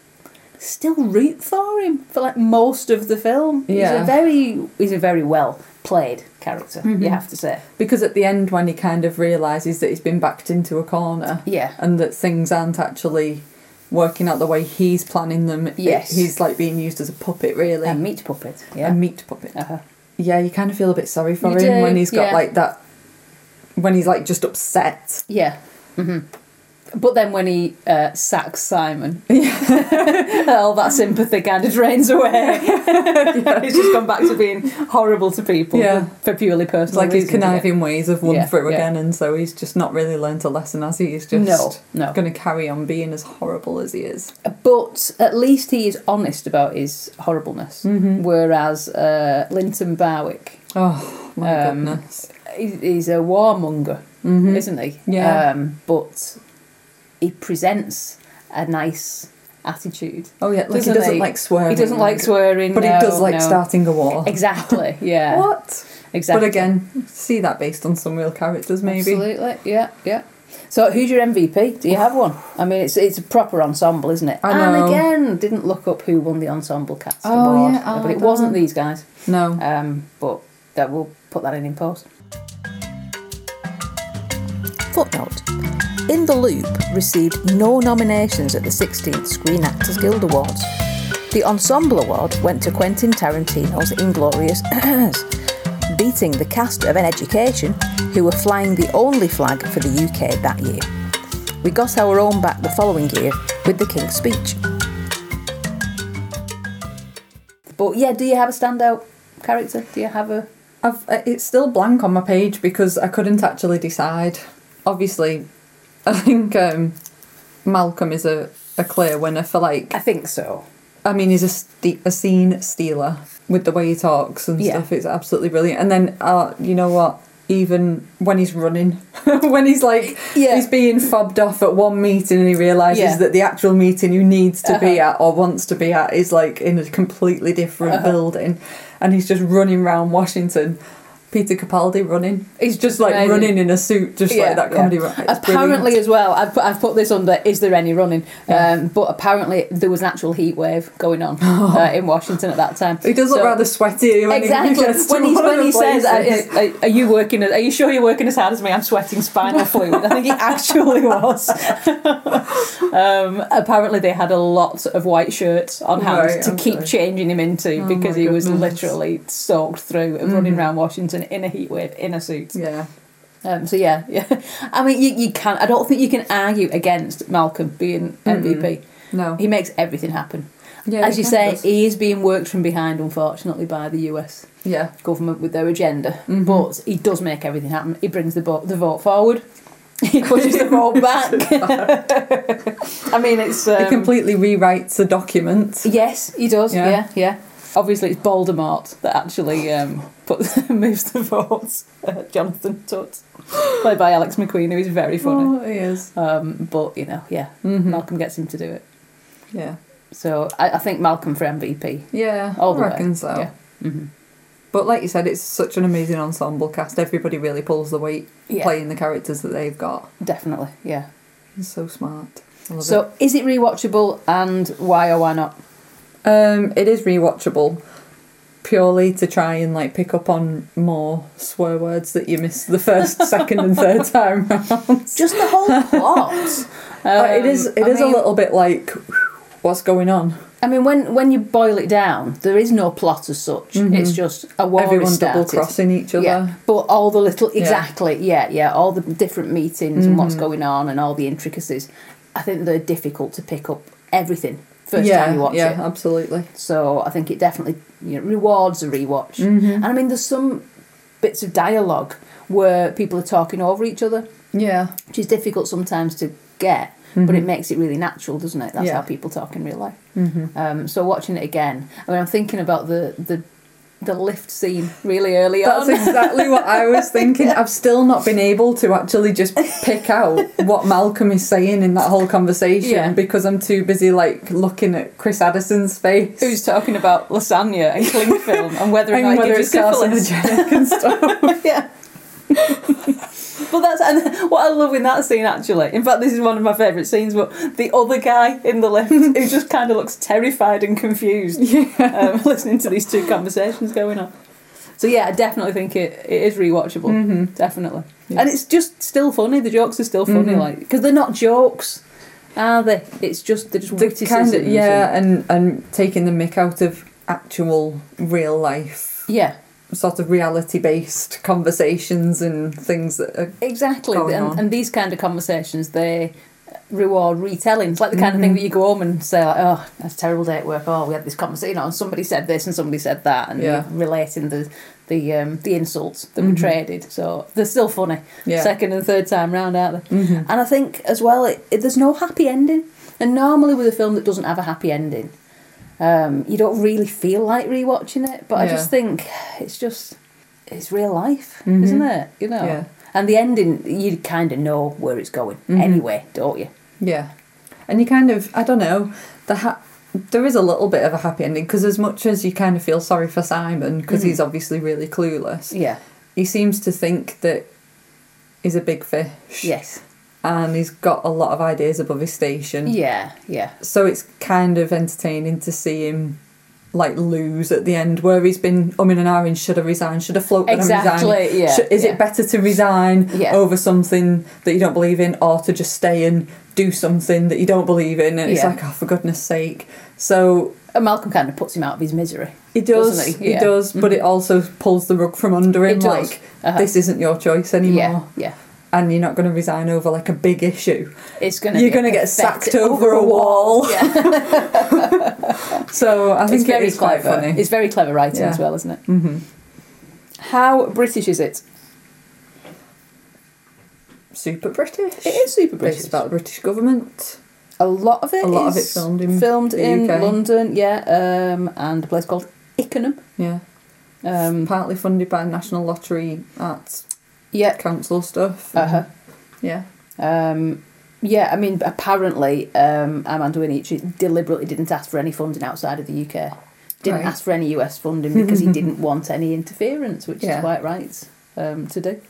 [SPEAKER 1] still root for him for like most of the film. he's
[SPEAKER 2] Yeah. Mm-hmm.
[SPEAKER 1] a very he's a very well played character. You have to say.
[SPEAKER 2] Because at the end, when he kind of realises that he's been backed into a corner,
[SPEAKER 1] Yeah.
[SPEAKER 2] and that things aren't actually working out the way he's planning them, it-
[SPEAKER 1] Yes.
[SPEAKER 2] he's like being used as a puppet, really,
[SPEAKER 1] A meat puppet.
[SPEAKER 2] a
[SPEAKER 1] Yeah.
[SPEAKER 2] meat puppet.
[SPEAKER 1] uh-huh.
[SPEAKER 2] Yeah, you kind of feel a bit sorry for
[SPEAKER 1] You
[SPEAKER 2] him
[SPEAKER 1] do,
[SPEAKER 2] when he's got
[SPEAKER 1] yeah.
[SPEAKER 2] like that, when he's like just upset.
[SPEAKER 1] Yeah. hmm But then when he uh, sacks Simon, all that sympathy kind of drains away. He's just gone back to being horrible to people
[SPEAKER 2] Yeah.
[SPEAKER 1] for purely
[SPEAKER 2] It's
[SPEAKER 1] personal
[SPEAKER 2] like his
[SPEAKER 1] reasons. again.
[SPEAKER 2] conniving ways have won
[SPEAKER 1] Yeah,
[SPEAKER 2] through
[SPEAKER 1] yeah.
[SPEAKER 2] again, and so he's just not really learnt a lesson, has he? He's just
[SPEAKER 1] No, no.
[SPEAKER 2] going to carry on being as horrible as he is.
[SPEAKER 1] But at least he is honest about his horribleness. Whereas uh, Linton Barwick,
[SPEAKER 2] Oh my
[SPEAKER 1] Um,
[SPEAKER 2] goodness!
[SPEAKER 1] he- he's a warmonger, isn't he?
[SPEAKER 2] Yeah.
[SPEAKER 1] Um, but he presents a nice attitude.
[SPEAKER 2] Oh yeah, like he
[SPEAKER 1] doesn't
[SPEAKER 2] doesn't
[SPEAKER 1] he?
[SPEAKER 2] like swearing.
[SPEAKER 1] He doesn't like swearing,
[SPEAKER 2] but he
[SPEAKER 1] no,
[SPEAKER 2] does like
[SPEAKER 1] no.
[SPEAKER 2] starting a war.
[SPEAKER 1] Exactly. Yeah.
[SPEAKER 2] What?
[SPEAKER 1] Exactly.
[SPEAKER 2] But again, see that based on some real characters, maybe.
[SPEAKER 1] Absolutely. Yeah. Yeah. So who's your MVP? Do you have one? I mean, it's it's a proper ensemble, isn't it?
[SPEAKER 2] I know.
[SPEAKER 1] And again, didn't look up who won the ensemble cast
[SPEAKER 2] Oh,
[SPEAKER 1] award,
[SPEAKER 2] yeah,
[SPEAKER 1] but
[SPEAKER 2] I
[SPEAKER 1] it wasn't
[SPEAKER 2] don't.
[SPEAKER 1] these guys.
[SPEAKER 2] No.
[SPEAKER 1] Um, but that we'll put that in in post.
[SPEAKER 3] Footnote In the Loop received no nominations at the 16th Screen Actors Guild Awards. The Ensemble Award went to Quentin Tarantino's Inglorious beating the cast of An Education, who were flying the only flag for the UK that year. We got our own back the following year with The King's Speech.
[SPEAKER 1] But yeah, do you have a standout character? Do you have a?
[SPEAKER 2] I've, uh, it's still blank on my page because I couldn't actually decide. Obviously, I think um, Malcolm is a, a clear winner for like.
[SPEAKER 1] I think so.
[SPEAKER 2] I mean, he's a, ste- a scene stealer with the way he talks and
[SPEAKER 1] Yeah.
[SPEAKER 2] stuff. It's absolutely brilliant. And then, uh, you know what? Even when he's running, when he's like,
[SPEAKER 1] Yeah.
[SPEAKER 2] he's being fobbed off at one meeting and he realizes
[SPEAKER 1] Yeah. Uh-huh.
[SPEAKER 2] that the actual meeting he needs to be at or wants to be at is like in a completely different building. And he's just running around Washington. Peter Capaldi running. He's just like
[SPEAKER 1] Amazing.
[SPEAKER 2] running in a suit, just like that comedy. run. It's
[SPEAKER 1] Apparently,
[SPEAKER 2] brilliant.
[SPEAKER 1] as well, I've put, I've put this under. Is there any running? Um, but apparently, there was an actual heat wave going on uh, in Washington at that time.
[SPEAKER 2] he does look
[SPEAKER 1] So-
[SPEAKER 2] rather sweaty. When He
[SPEAKER 1] Exactly.
[SPEAKER 2] gets to
[SPEAKER 1] When, he's,
[SPEAKER 2] one of
[SPEAKER 1] when
[SPEAKER 2] the
[SPEAKER 1] he says,
[SPEAKER 2] places.
[SPEAKER 1] "Are- are, are you working? As, are you sure you're working as hard as me? I'm sweating spinal fluid." I think he actually was. um, apparently, they had a lot of white shirts on hand
[SPEAKER 2] Right,
[SPEAKER 1] to keep
[SPEAKER 2] okay. Oh
[SPEAKER 1] changing him into because
[SPEAKER 2] my
[SPEAKER 1] he was
[SPEAKER 2] goodness. Mm-hmm.
[SPEAKER 1] literally soaked through and running around Washington in a heat wave in a suit.
[SPEAKER 2] Yeah.
[SPEAKER 1] Um, so yeah, yeah. I mean, you, you can. I don't think you can argue against Malcolm being MVP.
[SPEAKER 2] No.
[SPEAKER 1] He makes everything happen.
[SPEAKER 2] Mm-hmm. Yeah,
[SPEAKER 1] As you
[SPEAKER 2] he kind
[SPEAKER 1] say,
[SPEAKER 2] of does.
[SPEAKER 1] he is being worked from behind, unfortunately, by the US
[SPEAKER 2] yeah.
[SPEAKER 1] government with their agenda.
[SPEAKER 2] Mm-hmm.
[SPEAKER 1] But he does make everything happen. He brings the, bo- the vote forward. He pushes the vote back. I mean, it's um,
[SPEAKER 2] It completely rewrites the document.
[SPEAKER 1] yes, he does.
[SPEAKER 2] Yeah.
[SPEAKER 1] Yeah, yeah. Obviously, it's Voldemort that actually um, puts moves the votes. Uh, Jonathan Tutt, played by Alex McQueen, who is very funny.
[SPEAKER 2] it is.
[SPEAKER 1] Um, but you know, yeah, Malcolm gets him to do it.
[SPEAKER 2] Yeah.
[SPEAKER 1] So I, I think Malcolm for MVP.
[SPEAKER 2] Yeah,
[SPEAKER 1] All
[SPEAKER 2] I
[SPEAKER 1] the way,
[SPEAKER 2] reckon so.
[SPEAKER 1] yeah.
[SPEAKER 2] But like you said, it's such an amazing ensemble cast. Everybody really pulls the weight
[SPEAKER 1] Yeah.
[SPEAKER 2] playing the characters that they've got.
[SPEAKER 1] Definitely, yeah.
[SPEAKER 2] It's so smart. I love
[SPEAKER 1] So is it rewatchable and why or why not?
[SPEAKER 2] it. Um, it is rewatchable purely to try and like pick up on more swear words that you missed the first, second, and third time round.
[SPEAKER 1] Just the whole plot.
[SPEAKER 2] Uh, it is. It is
[SPEAKER 1] It is
[SPEAKER 2] a little bit like, what's going on?
[SPEAKER 1] I mean, when when you boil it down, there is no plot as such. It's just a war
[SPEAKER 2] Everyone
[SPEAKER 1] is started.
[SPEAKER 2] double crossing each other.
[SPEAKER 1] Yeah, but all the little exactly, yeah, Mm-hmm. yeah, all the different meetings and what's going on and all the intricacies. I think they're difficult to pick up everything first
[SPEAKER 2] yeah,
[SPEAKER 1] time you watch
[SPEAKER 2] yeah,
[SPEAKER 1] it.
[SPEAKER 2] absolutely.
[SPEAKER 1] So I think it definitely you know, rewards a rewatch.
[SPEAKER 2] Mm-hmm.
[SPEAKER 1] And I mean, there's some bits of dialogue where people are talking over each other,
[SPEAKER 2] Yeah,
[SPEAKER 1] which is difficult sometimes to get, but it makes it really natural, doesn't it? That's
[SPEAKER 2] Mm-hmm. Yeah. Mm-hmm.
[SPEAKER 1] how people talk in real life. Um, so watching it again, I mean, I'm thinking about the the the lift scene really early
[SPEAKER 2] that's
[SPEAKER 1] on.
[SPEAKER 2] exactly what I was thinking. I've still not been able to actually just pick out what Malcolm is saying in that whole conversation
[SPEAKER 1] Yeah.
[SPEAKER 2] because I'm too busy like looking at Chris Addison's face.
[SPEAKER 1] Who's talking about lasagna and cling film and whether or
[SPEAKER 2] and
[SPEAKER 1] not
[SPEAKER 2] whether
[SPEAKER 1] it
[SPEAKER 2] it's
[SPEAKER 1] gives you syphilis?
[SPEAKER 2] carcinogenic and stuff.
[SPEAKER 1] yeah. but that's and what I love in that scene actually. In fact, this is one of my favourite scenes. But the other guy in the lift who just kind of looks terrified and confused, um, listening to these two conversations going on. So yeah, I definitely think it, it is rewatchable. Definitely,
[SPEAKER 2] Mm-hmm. Yeah.
[SPEAKER 1] and it's just still funny. The jokes are still funny,
[SPEAKER 2] Mhm.
[SPEAKER 1] like because they're not jokes, are they? It's just they're just
[SPEAKER 2] the
[SPEAKER 1] witticisms
[SPEAKER 2] kind of
[SPEAKER 1] and-
[SPEAKER 2] yeah, and and taking the mick out of actual real life
[SPEAKER 1] yeah.
[SPEAKER 2] sort of reality based conversations and things that are
[SPEAKER 1] Exactly,
[SPEAKER 2] going
[SPEAKER 1] and,
[SPEAKER 2] on.
[SPEAKER 1] and these kind of conversations they reward retellings, like the kind of
[SPEAKER 2] Mm-hmm.
[SPEAKER 1] thing that you go home and say, like, "Oh, that's a terrible day at work. Oh, we had this conversation, you know, and somebody said this and somebody said that," and
[SPEAKER 2] Yeah. Mm-hmm.
[SPEAKER 1] you're relating the the um, the insults that were traded. So they're still funny,
[SPEAKER 2] Yeah. Mm-hmm.
[SPEAKER 1] second and third time round, aren't they? And I think as well, it, it, there's no happy ending, and normally with a film that doesn't have a happy ending. Um, you don't really feel like rewatching it, but I
[SPEAKER 2] Yeah.
[SPEAKER 1] just think it's just it's real life, isn't it? You know,
[SPEAKER 2] Mm-hmm. Yeah. Mm-hmm.
[SPEAKER 1] and the ending, you kind of know where it's going anyway, don't you?
[SPEAKER 2] Yeah, and you kind of I don't know the ha- there is a little bit of a happy ending because as much as you kind of feel sorry for Simon because he's obviously really clueless,
[SPEAKER 1] Yeah.
[SPEAKER 2] he seems to think that he's a big fish.
[SPEAKER 1] Yes.
[SPEAKER 2] and he's got a lot of ideas above his station.
[SPEAKER 1] Yeah. Yeah.
[SPEAKER 2] so it's kind of entertaining to see him. Like lose at the end, where he's been umming and ahhing. Should I resign? Should I float? when I resign?
[SPEAKER 1] Exactly, yeah,
[SPEAKER 2] Should- is
[SPEAKER 1] yeah.
[SPEAKER 2] it better to resign
[SPEAKER 1] Yeah.
[SPEAKER 2] over something that you don't believe in, or to just stay and do something that you don't believe in? And it's
[SPEAKER 1] Yeah.
[SPEAKER 2] like, oh, for goodness' sake! So
[SPEAKER 1] And Malcolm kind of puts him out of his misery.
[SPEAKER 2] he does,
[SPEAKER 1] doesn't Mm-hmm.
[SPEAKER 2] he? does, but it also pulls the rug from under him.
[SPEAKER 1] It does.
[SPEAKER 2] Like
[SPEAKER 1] Uh-huh.
[SPEAKER 2] this isn't your choice anymore,
[SPEAKER 1] Yeah. Yeah.
[SPEAKER 2] and you're not going to resign over like a big issue.
[SPEAKER 1] It's gonna.
[SPEAKER 2] You're
[SPEAKER 1] be a
[SPEAKER 2] gonna get
[SPEAKER 1] pathetic-
[SPEAKER 2] sacked over a wall.
[SPEAKER 1] Yeah.
[SPEAKER 2] So I think
[SPEAKER 1] it's very
[SPEAKER 2] it is
[SPEAKER 1] clever.
[SPEAKER 2] quite funny.
[SPEAKER 1] It's very clever writing
[SPEAKER 2] Yeah.
[SPEAKER 1] as well, isn't it? Mm-hmm. How British is it?
[SPEAKER 2] super British.
[SPEAKER 1] It is super British.
[SPEAKER 2] It's about the British government.
[SPEAKER 1] A lot of it.
[SPEAKER 2] A lot of
[SPEAKER 1] is
[SPEAKER 2] it filmed in
[SPEAKER 1] filmed
[SPEAKER 2] the
[SPEAKER 1] in
[SPEAKER 2] UK.
[SPEAKER 1] London. Yeah. Um, and a place called Ickenham.
[SPEAKER 2] Yeah.
[SPEAKER 1] Um,
[SPEAKER 2] Partly funded by National Lottery Arts
[SPEAKER 1] yeah.
[SPEAKER 2] Council stuff.
[SPEAKER 1] Uh huh.
[SPEAKER 2] Yeah.
[SPEAKER 1] Um, yeah, I mean, apparently, um, Armando Anici deliberately didn't ask for any funding outside of the UK. Didn't
[SPEAKER 2] Right.
[SPEAKER 1] ask for any US funding because he didn't want any interference, which
[SPEAKER 2] Yeah.
[SPEAKER 1] is quite right um, to do.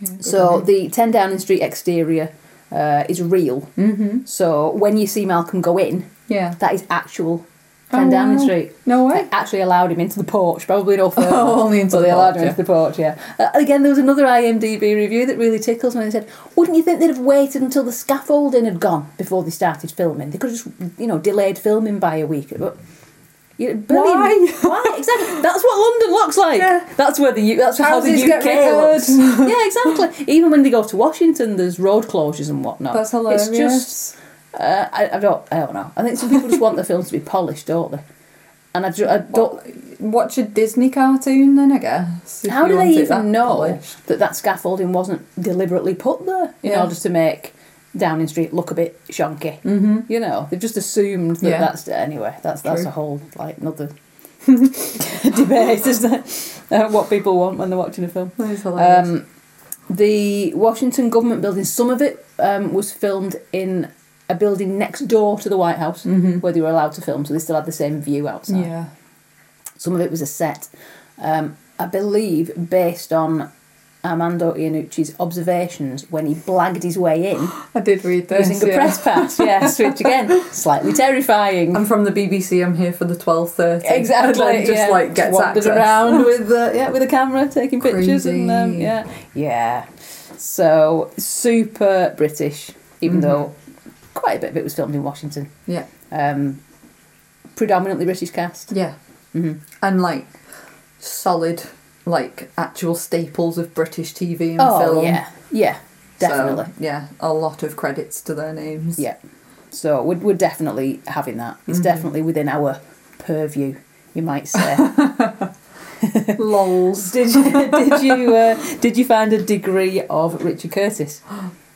[SPEAKER 2] Yeah,
[SPEAKER 1] So the 10 Downing Street exterior uh, is real.
[SPEAKER 2] Mm-hmm.
[SPEAKER 1] So when you see Malcolm go in,
[SPEAKER 2] Yeah.
[SPEAKER 1] that is actual 10
[SPEAKER 2] Oh,
[SPEAKER 1] Downing
[SPEAKER 2] wow.
[SPEAKER 1] Street.
[SPEAKER 2] No
[SPEAKER 1] They
[SPEAKER 2] way.
[SPEAKER 1] actually allowed him into the porch, probably no further.
[SPEAKER 2] Oh, only into
[SPEAKER 1] but
[SPEAKER 2] the
[SPEAKER 1] they allowed
[SPEAKER 2] porch,
[SPEAKER 1] him
[SPEAKER 2] yeah.
[SPEAKER 1] into the porch, yeah. Uh, again, there was another IMDb review that really tickles me. They said, wouldn't you think they'd have waited until the scaffolding had gone before they started filming? They could have just, you know, delayed filming by a week. But, you Berlin,
[SPEAKER 2] Why?
[SPEAKER 1] Why? Exactly. That's what London looks like.
[SPEAKER 2] Yeah.
[SPEAKER 1] That's where the U- that's how the
[SPEAKER 2] Houses
[SPEAKER 1] UK
[SPEAKER 2] get
[SPEAKER 1] looks.
[SPEAKER 2] repaired.
[SPEAKER 1] yeah, exactly. Even when they go to Washington, there's road closures and whatnot.
[SPEAKER 2] That's hilarious.
[SPEAKER 1] It's just uh, I, I don't. I don't know. I think some people just want their films to be polished, don't they? And I, ju- I don't.
[SPEAKER 2] Watch a Disney cartoon then, I guess. if
[SPEAKER 1] How
[SPEAKER 2] you
[SPEAKER 1] do
[SPEAKER 2] want
[SPEAKER 1] they
[SPEAKER 2] it that
[SPEAKER 1] even know
[SPEAKER 2] polished.
[SPEAKER 1] that that scaffolding wasn't deliberately put there in
[SPEAKER 2] Yeah.
[SPEAKER 1] order to make Downing Street look a bit shonky? Mm-hmm. You know, they've just assumed that
[SPEAKER 2] Yeah.
[SPEAKER 1] that's anyway. That's that's
[SPEAKER 2] True.
[SPEAKER 1] a whole like another debate, isn't it? Uh, what people want when they're watching a film.
[SPEAKER 2] That is hilarious.
[SPEAKER 1] Um, the Washington government building, some of it um, was filmed in a building next door to the White House where they were allowed to film, so they still had the same view outside.
[SPEAKER 2] Mm-hmm. yeah.
[SPEAKER 1] Some of it was a set, um, I believe, based on Armando Iannucci's observations when he blagged his way in
[SPEAKER 2] I did read this.
[SPEAKER 1] using a
[SPEAKER 2] yeah.
[SPEAKER 1] press pass. Yes, which again, slightly terrifying.
[SPEAKER 2] I'm from the BBC. I'm here for the 12:30. And
[SPEAKER 1] Exactly.
[SPEAKER 2] then just
[SPEAKER 1] yeah.
[SPEAKER 2] like gets
[SPEAKER 1] wandered
[SPEAKER 2] access.
[SPEAKER 1] around with the yeah with a camera taking pictures and um,
[SPEAKER 2] Crazy.
[SPEAKER 1] yeah yeah. So super
[SPEAKER 2] Mm-hmm.
[SPEAKER 1] British, even though quite a bit of it was filmed in Washington.
[SPEAKER 2] Yeah.
[SPEAKER 1] Um, predominantly British cast.
[SPEAKER 2] Yeah.
[SPEAKER 1] Mm-hmm.
[SPEAKER 2] And like solid, like actual staples of British TV and
[SPEAKER 1] oh
[SPEAKER 2] film.
[SPEAKER 1] yeah, yeah,
[SPEAKER 2] So,
[SPEAKER 1] definitely,
[SPEAKER 2] yeah, a lot of credits to their names.
[SPEAKER 1] yeah. So we're we're definitely having that. It's
[SPEAKER 2] Mm-hmm.
[SPEAKER 1] definitely within our purview, you might say.
[SPEAKER 2] Lols.
[SPEAKER 1] did you did you uh, did you find a degree of Richard Curtis?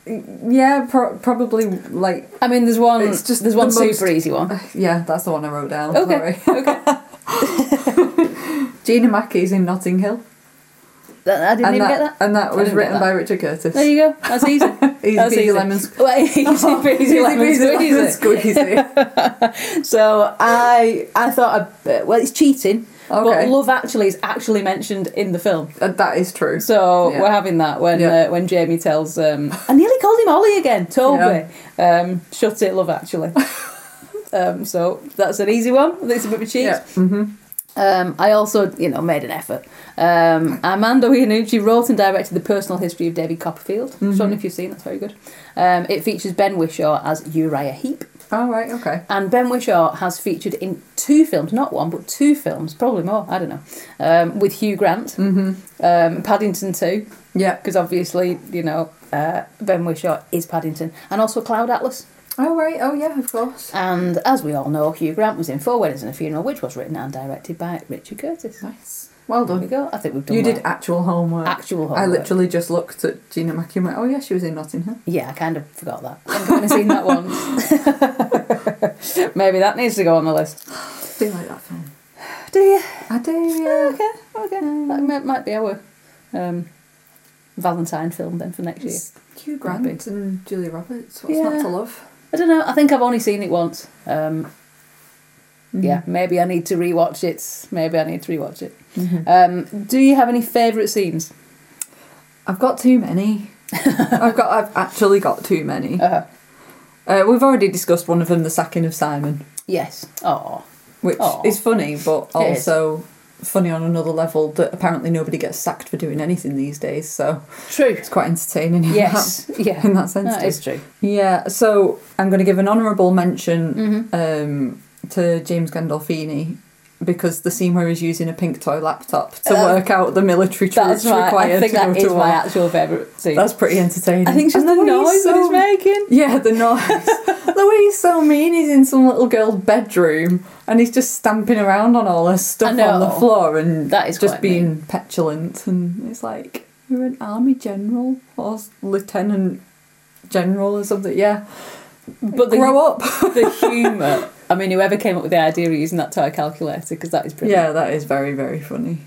[SPEAKER 2] Yeah, pro- probably like.
[SPEAKER 1] I mean, there's one.
[SPEAKER 2] It's just
[SPEAKER 1] there's one
[SPEAKER 2] the most-
[SPEAKER 1] super easy one.
[SPEAKER 2] Yeah, that's the one I wrote down.
[SPEAKER 1] Okay,
[SPEAKER 2] Sorry. Gina Mackey's in Notting Hill.
[SPEAKER 1] That- I didn't
[SPEAKER 2] and
[SPEAKER 1] even
[SPEAKER 2] that,
[SPEAKER 1] get that.
[SPEAKER 2] And that
[SPEAKER 1] I didn't
[SPEAKER 2] was
[SPEAKER 1] get
[SPEAKER 2] written
[SPEAKER 1] that.
[SPEAKER 2] by Richard Curtis.
[SPEAKER 1] There you oh, go. That's easy.
[SPEAKER 2] Easy
[SPEAKER 1] That's
[SPEAKER 2] peasy lemon squeezy.
[SPEAKER 1] Well, easy peasy lemon squeezy.
[SPEAKER 2] squeezy.
[SPEAKER 1] So I I thought I, well it's cheating,
[SPEAKER 2] Okay.
[SPEAKER 1] but Love Actually is actually mentioned in the film.
[SPEAKER 2] Uh, that is true.
[SPEAKER 1] So
[SPEAKER 2] Yeah.
[SPEAKER 1] we're having that when
[SPEAKER 2] Yeah.
[SPEAKER 1] uh, when Jamie tells um, I nearly called him Ollie again. Toby, um, shut it, Love Actually. um, so that's an easy one. That's a bit of a cheat.
[SPEAKER 2] yeah. hmm
[SPEAKER 1] Um, I also, you know, made an effort. Um, Armando Iannucci wrote and directed the personal history of David Copperfield. I
[SPEAKER 2] Mm-hmm.
[SPEAKER 1] don't know if you've seen. That's very good. Um, it features Ben Wishaw as Uriah Heep,
[SPEAKER 2] All right. Okay.
[SPEAKER 1] and Ben Wishaw has featured in two films, not one, but two films, probably more. I don't know. Um, with Hugh Grant,
[SPEAKER 2] Mm-hmm.
[SPEAKER 1] um, Paddington Two,
[SPEAKER 2] Yeah.
[SPEAKER 1] because obviously, you know, uh, Ben Wishaw is Paddington, and also Cloud Atlas.
[SPEAKER 2] All right. Oh yeah. Of course.
[SPEAKER 1] And as we all know, Hugh Grant was in Four Weddings and a Funeral, which was written and directed by Richard Curtis.
[SPEAKER 2] Nice. Well
[SPEAKER 1] There we
[SPEAKER 2] done.
[SPEAKER 1] go. I think we've done.
[SPEAKER 2] You did
[SPEAKER 1] well.
[SPEAKER 2] actual homework.
[SPEAKER 1] actual homework.
[SPEAKER 2] I literally just looked at Gina Mackey and went, "Oh yeah, she was in Notting Hill."
[SPEAKER 1] Yeah, I kind of forgot that. I think I've only seen that once. Maybe that needs to go on the list.
[SPEAKER 2] I do like that film.
[SPEAKER 1] Do you?
[SPEAKER 2] I do. Yeah.
[SPEAKER 1] Okay, okay. That might, might be our um, Valentine film then for next year.
[SPEAKER 2] It's Hugh Grant and Julia Roberts. What's
[SPEAKER 1] Yeah.
[SPEAKER 2] not to love?
[SPEAKER 1] I don't know. I think I've only seen it once. Um, Yeah,
[SPEAKER 2] Mm-hmm.
[SPEAKER 1] maybe I need to rewatch it. Maybe I need to rewatch it.
[SPEAKER 2] Mm-hmm.
[SPEAKER 1] Um, do you have any favourite scenes?
[SPEAKER 2] I've got too many. I've got. I've actually got too many.
[SPEAKER 1] Uh,
[SPEAKER 2] Uh, we've already discussed one of them, the sacking of Simon.
[SPEAKER 1] yes. Oh,
[SPEAKER 2] which
[SPEAKER 1] Aw.
[SPEAKER 2] is funny, but
[SPEAKER 1] It is.
[SPEAKER 2] also funny on another level that apparently nobody gets sacked for doing anything these days. So
[SPEAKER 1] true.
[SPEAKER 2] it's quite entertaining. in
[SPEAKER 1] Yes. Yeah.
[SPEAKER 2] that- in that sense.
[SPEAKER 1] That
[SPEAKER 2] too.
[SPEAKER 1] is true.
[SPEAKER 2] Yeah. So I'm going to give an honourable
[SPEAKER 1] Mm-hmm.
[SPEAKER 2] mention um, to James Gandolfini. Because the scene where he's using a pink toy laptop to
[SPEAKER 1] Uh,
[SPEAKER 2] work out the military troops
[SPEAKER 1] That's my.
[SPEAKER 2] required
[SPEAKER 1] I think
[SPEAKER 2] to go
[SPEAKER 1] that is
[SPEAKER 2] to war.
[SPEAKER 1] my actual favourite scene.
[SPEAKER 2] That's pretty entertaining.
[SPEAKER 1] I think it's just
[SPEAKER 2] And
[SPEAKER 1] the
[SPEAKER 2] way
[SPEAKER 1] noise that he's
[SPEAKER 2] so-
[SPEAKER 1] making.
[SPEAKER 2] Yeah, the noise. the way he's so mean, he's in some little girl's bedroom and he's just stamping around on all her
[SPEAKER 1] I
[SPEAKER 2] stuff
[SPEAKER 1] know.
[SPEAKER 2] on the floor and
[SPEAKER 1] That is
[SPEAKER 2] just
[SPEAKER 1] quite
[SPEAKER 2] being petulant. And it's like, you're an army general or s- lieutenant general or something. Yeah.
[SPEAKER 1] But
[SPEAKER 2] Grow up.
[SPEAKER 1] the humour. I mean, whoever came up with the idea of using that toy calculator, because that is brilliant.
[SPEAKER 2] yeah, that is very, very funny.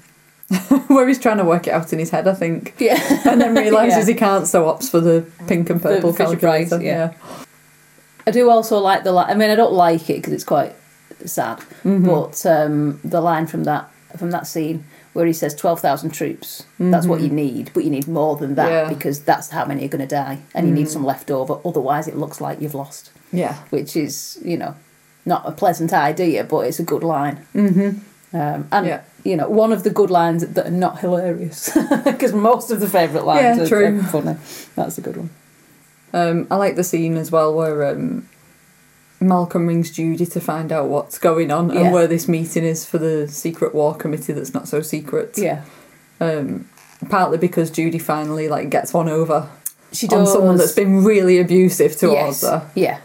[SPEAKER 2] Where he's trying to work it out in his head, I think.
[SPEAKER 1] Yeah.
[SPEAKER 2] And then realises
[SPEAKER 1] Yeah.
[SPEAKER 2] he can't, so opts for the pink and purple
[SPEAKER 1] Fisher Price,
[SPEAKER 2] calculator.
[SPEAKER 1] yeah. I do also like the line. I mean, I don't like it because it's quite sad,
[SPEAKER 2] Mm-hmm.
[SPEAKER 1] but um, the line from that from that scene where he says twelve thousand troops. That's what you need, but you need more than that
[SPEAKER 2] Mm-hmm. Yeah. Mm.
[SPEAKER 1] because that's how many are going to die, and you need some left over. Otherwise, it looks like you've lost,
[SPEAKER 2] Yeah.
[SPEAKER 1] which is you know not a pleasant idea, but it's a good line. Mm-hmm. Um, and
[SPEAKER 2] Yeah.
[SPEAKER 1] you know, one of the good lines that are not hilarious because most of the favourite lines
[SPEAKER 2] Yeah,
[SPEAKER 1] are,
[SPEAKER 2] true.
[SPEAKER 1] are funny. That's a good one.
[SPEAKER 2] Um, I like the scene as well where um, Malcolm rings Judy to find out what's going on
[SPEAKER 1] Yeah.
[SPEAKER 2] and where this meeting is for the secret war committee that's not so secret.
[SPEAKER 1] Yeah,
[SPEAKER 2] Um, partly because Judy finally like gets one over
[SPEAKER 1] she
[SPEAKER 2] on someone that's been really abusive
[SPEAKER 1] Yes.
[SPEAKER 2] towards her,
[SPEAKER 1] Yeah.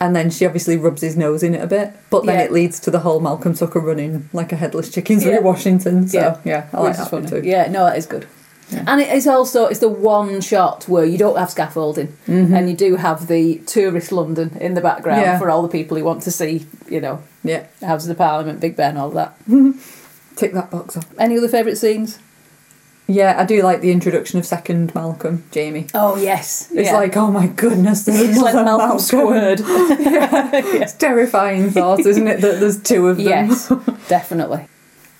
[SPEAKER 2] and then she obviously rubs his nose in it a bit. But then
[SPEAKER 1] Yeah.
[SPEAKER 2] it leads to the whole Malcolm Tucker running like a headless chicken through
[SPEAKER 1] Yeah.
[SPEAKER 2] Washington. So yeah, I like
[SPEAKER 1] Which is
[SPEAKER 2] that one
[SPEAKER 1] funny.
[SPEAKER 2] too.
[SPEAKER 1] Yeah, no, that is good.
[SPEAKER 2] Yeah.
[SPEAKER 1] And it's also it's the one shot where you don't have scaffolding, and you do have the tourist London in the background
[SPEAKER 2] Mm-hmm. Yeah.
[SPEAKER 1] for all the people who want to see, you know,
[SPEAKER 2] yeah,
[SPEAKER 1] Houses of Parliament, Big Ben, all that.
[SPEAKER 2] tick that box off.
[SPEAKER 1] Any other favourite scenes?
[SPEAKER 2] Yeah, I do like the introduction of second Malcolm, Jamie.
[SPEAKER 1] Oh yes,
[SPEAKER 2] It's like, oh my goodness, there's
[SPEAKER 1] it's like
[SPEAKER 2] another
[SPEAKER 1] Malcolm
[SPEAKER 2] Malcolm.
[SPEAKER 1] Squared.
[SPEAKER 2] It's terrifying thought, isn't it, that there's two of them?
[SPEAKER 1] yes, definitely.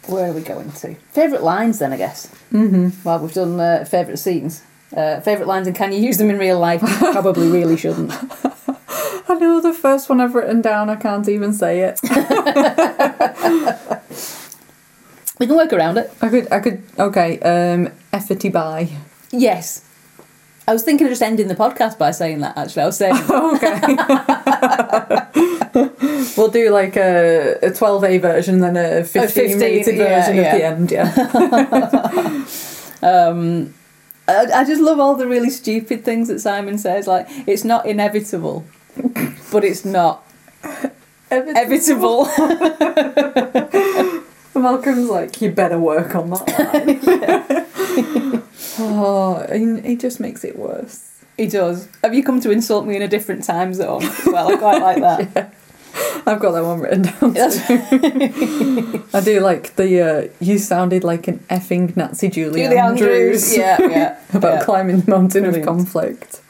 [SPEAKER 1] Where are we going to? Favourite lines, then I guess. Mm-hmm. Well, we've done uh, favourite scenes, uh, favourite lines, and can you use them in real life? You Probably really shouldn't.
[SPEAKER 2] I know the first one I've written down, I can't even say it.
[SPEAKER 1] We can work around it.
[SPEAKER 2] I could, I could, okay, um, efforty by.
[SPEAKER 1] Yes. I was thinking of just ending the podcast by saying that, actually. I was saying,
[SPEAKER 2] Okay. We'll do like a, a 12A version, then a 15,
[SPEAKER 1] 15,
[SPEAKER 2] rated
[SPEAKER 1] yeah,
[SPEAKER 2] version
[SPEAKER 1] yeah.
[SPEAKER 2] at the end, yeah.
[SPEAKER 1] Um, I, I just love all the really stupid things that Simon says. Like, it's not inevitable, but it's not evitable.
[SPEAKER 2] Malcolm's like, you better work on that one. oh, he, he just makes it worse.
[SPEAKER 1] he does. Have you come to insult me in a different time zone? Well, I quite like that.
[SPEAKER 2] I've got that one written down.
[SPEAKER 1] That's-
[SPEAKER 2] I do like the, uh, you sounded like an effing Nazi Julie,
[SPEAKER 1] Julie
[SPEAKER 2] Andrews.
[SPEAKER 1] Yeah, yeah.
[SPEAKER 2] About
[SPEAKER 1] yeah.
[SPEAKER 2] climbing the mountain
[SPEAKER 1] Brilliant.
[SPEAKER 2] of conflict.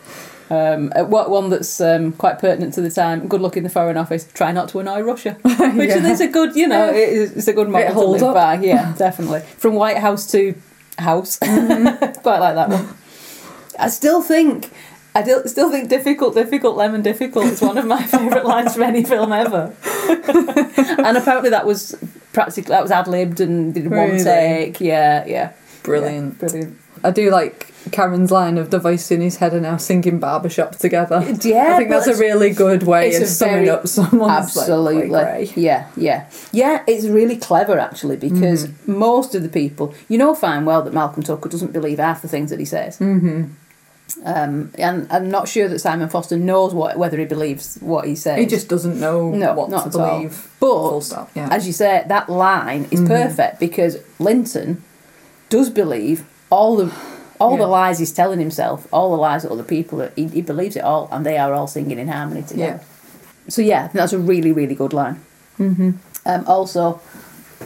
[SPEAKER 1] Um, uh, what one that's um, quite pertinent to the time? Good luck in the Foreign Office. Try not to annoy Russia, which
[SPEAKER 2] Yeah.
[SPEAKER 1] is a good, you know, it is, it's a good model to
[SPEAKER 2] holds
[SPEAKER 1] live
[SPEAKER 2] up.
[SPEAKER 1] by. Yeah, definitely. From White House to House, quite like that one. Mm-hmm. I still think, I do, still think difficult, difficult lemon, difficult is one of my favourite lines from any film ever. and apparently that was practically that was ad libbed and did one
[SPEAKER 2] Really?
[SPEAKER 1] take. Yeah, yeah,
[SPEAKER 2] Brilliant.
[SPEAKER 1] brilliant.
[SPEAKER 2] I do like Karen's line of the voice in his head are now singing barbershop together.
[SPEAKER 1] Yeah,
[SPEAKER 2] I think that's a
[SPEAKER 1] real.
[SPEAKER 2] really good way
[SPEAKER 1] it's
[SPEAKER 2] of
[SPEAKER 1] a
[SPEAKER 2] summing
[SPEAKER 1] very-
[SPEAKER 2] up someone's
[SPEAKER 1] Absolutely.
[SPEAKER 2] Like, like,
[SPEAKER 1] yeah, yeah. Yeah, it's really clever actually because
[SPEAKER 2] Mm-hmm.
[SPEAKER 1] most of the people, you know fine well that Malcolm Tucker doesn't believe half the things that he says. Mm-hmm. Um, and I'm not sure that Simon Foster knows what whether he believes what he says.
[SPEAKER 2] he just doesn't know
[SPEAKER 1] no,
[SPEAKER 2] what
[SPEAKER 1] not
[SPEAKER 2] to
[SPEAKER 1] at all.
[SPEAKER 2] believe.
[SPEAKER 1] But
[SPEAKER 2] full stop. Yeah.
[SPEAKER 1] as you say, that line
[SPEAKER 2] Mm-hmm.
[SPEAKER 1] is perfect because Linton does believe all the all the
[SPEAKER 2] Yeah.
[SPEAKER 1] lies he's telling himself, all the lies that other people are, he, he believes it all, and they are all singing in harmony together.
[SPEAKER 2] Yeah.
[SPEAKER 1] So yeah, I think that's a really really good line. Mm-hmm. Um, also,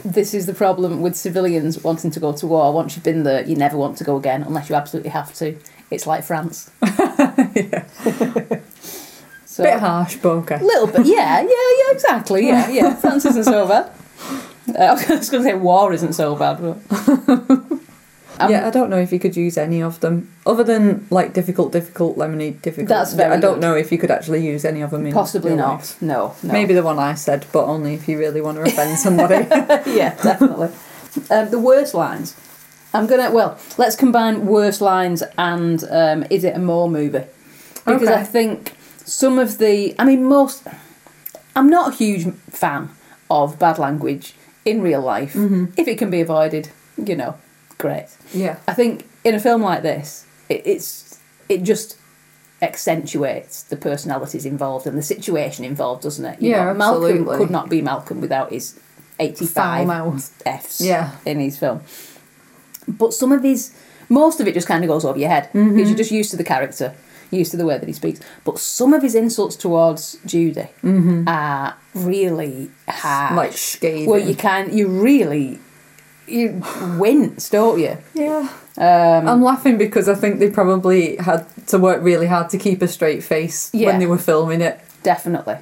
[SPEAKER 1] this is the problem with civilians wanting to go to war. Once you've been there, you never want to go again unless you absolutely have to. It's like France. so,
[SPEAKER 2] Bit harsh, but okay.
[SPEAKER 1] little bit, yeah, yeah, yeah, exactly, yeah, yeah. France isn't so bad. Uh, I was going to say war isn't so bad, but Um,
[SPEAKER 2] yeah, I don't know if you could use any of them other than like difficult, difficult, lemonade, difficult.
[SPEAKER 1] That's
[SPEAKER 2] Yeah,
[SPEAKER 1] very
[SPEAKER 2] I don't
[SPEAKER 1] good.
[SPEAKER 2] know if you could actually use any of them. In
[SPEAKER 1] possibly
[SPEAKER 2] your
[SPEAKER 1] not.
[SPEAKER 2] life.
[SPEAKER 1] No, no.
[SPEAKER 2] Maybe the one I said, but only if you really want to offend somebody.
[SPEAKER 1] yeah, definitely. um, the worst lines. I'm gonna well, let's combine worst lines and um, is it a more movie? Because
[SPEAKER 2] Okay.
[SPEAKER 1] I think some of the, I mean, most. I'm not a huge fan of bad language in real life. If it can be avoided, you know, great.
[SPEAKER 2] Mm-hmm. yeah.
[SPEAKER 1] I think in a film like this, it, it's it just accentuates the personalities involved and the situation involved, doesn't it?
[SPEAKER 2] Yeah,
[SPEAKER 1] Malcolm
[SPEAKER 2] absolutely.
[SPEAKER 1] could not be Malcolm without his eighty-five
[SPEAKER 2] Foul mouth.
[SPEAKER 1] Fs
[SPEAKER 2] Yeah.
[SPEAKER 1] in his film. But some of his, most of it just kind of goes over your head because
[SPEAKER 2] Mm-hmm.
[SPEAKER 1] you're just used to the character, used to the way that he speaks. But some of his insults towards Judy are really harsh.
[SPEAKER 2] Mm-hmm. Like scathing.
[SPEAKER 1] Ah. Well, you can, you really, you wince, don't you?
[SPEAKER 2] Yeah.
[SPEAKER 1] Um,
[SPEAKER 2] I'm laughing because I think they probably had to work really hard to keep a straight face
[SPEAKER 1] Yeah.
[SPEAKER 2] when they were filming it.
[SPEAKER 1] Definitely.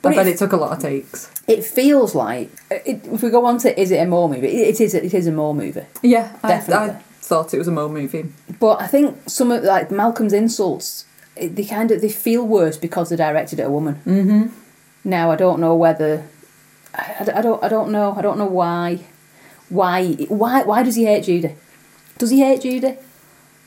[SPEAKER 1] But
[SPEAKER 2] I bet
[SPEAKER 1] it-
[SPEAKER 2] it took a lot of takes.
[SPEAKER 1] It feels like it, if we go on to is it a more movie? It, it is. It is a more movie.
[SPEAKER 2] Yeah, I,
[SPEAKER 1] Definitely.
[SPEAKER 2] I thought it was a Mo movie.
[SPEAKER 1] But I think some of like Malcolm's insults, it, they kind of they feel worse because they're directed at a woman. Mm-hmm. Now I don't know whether I, I- I don't I don't know I don't know why why why why does he hate Judy? Does he hate Judy?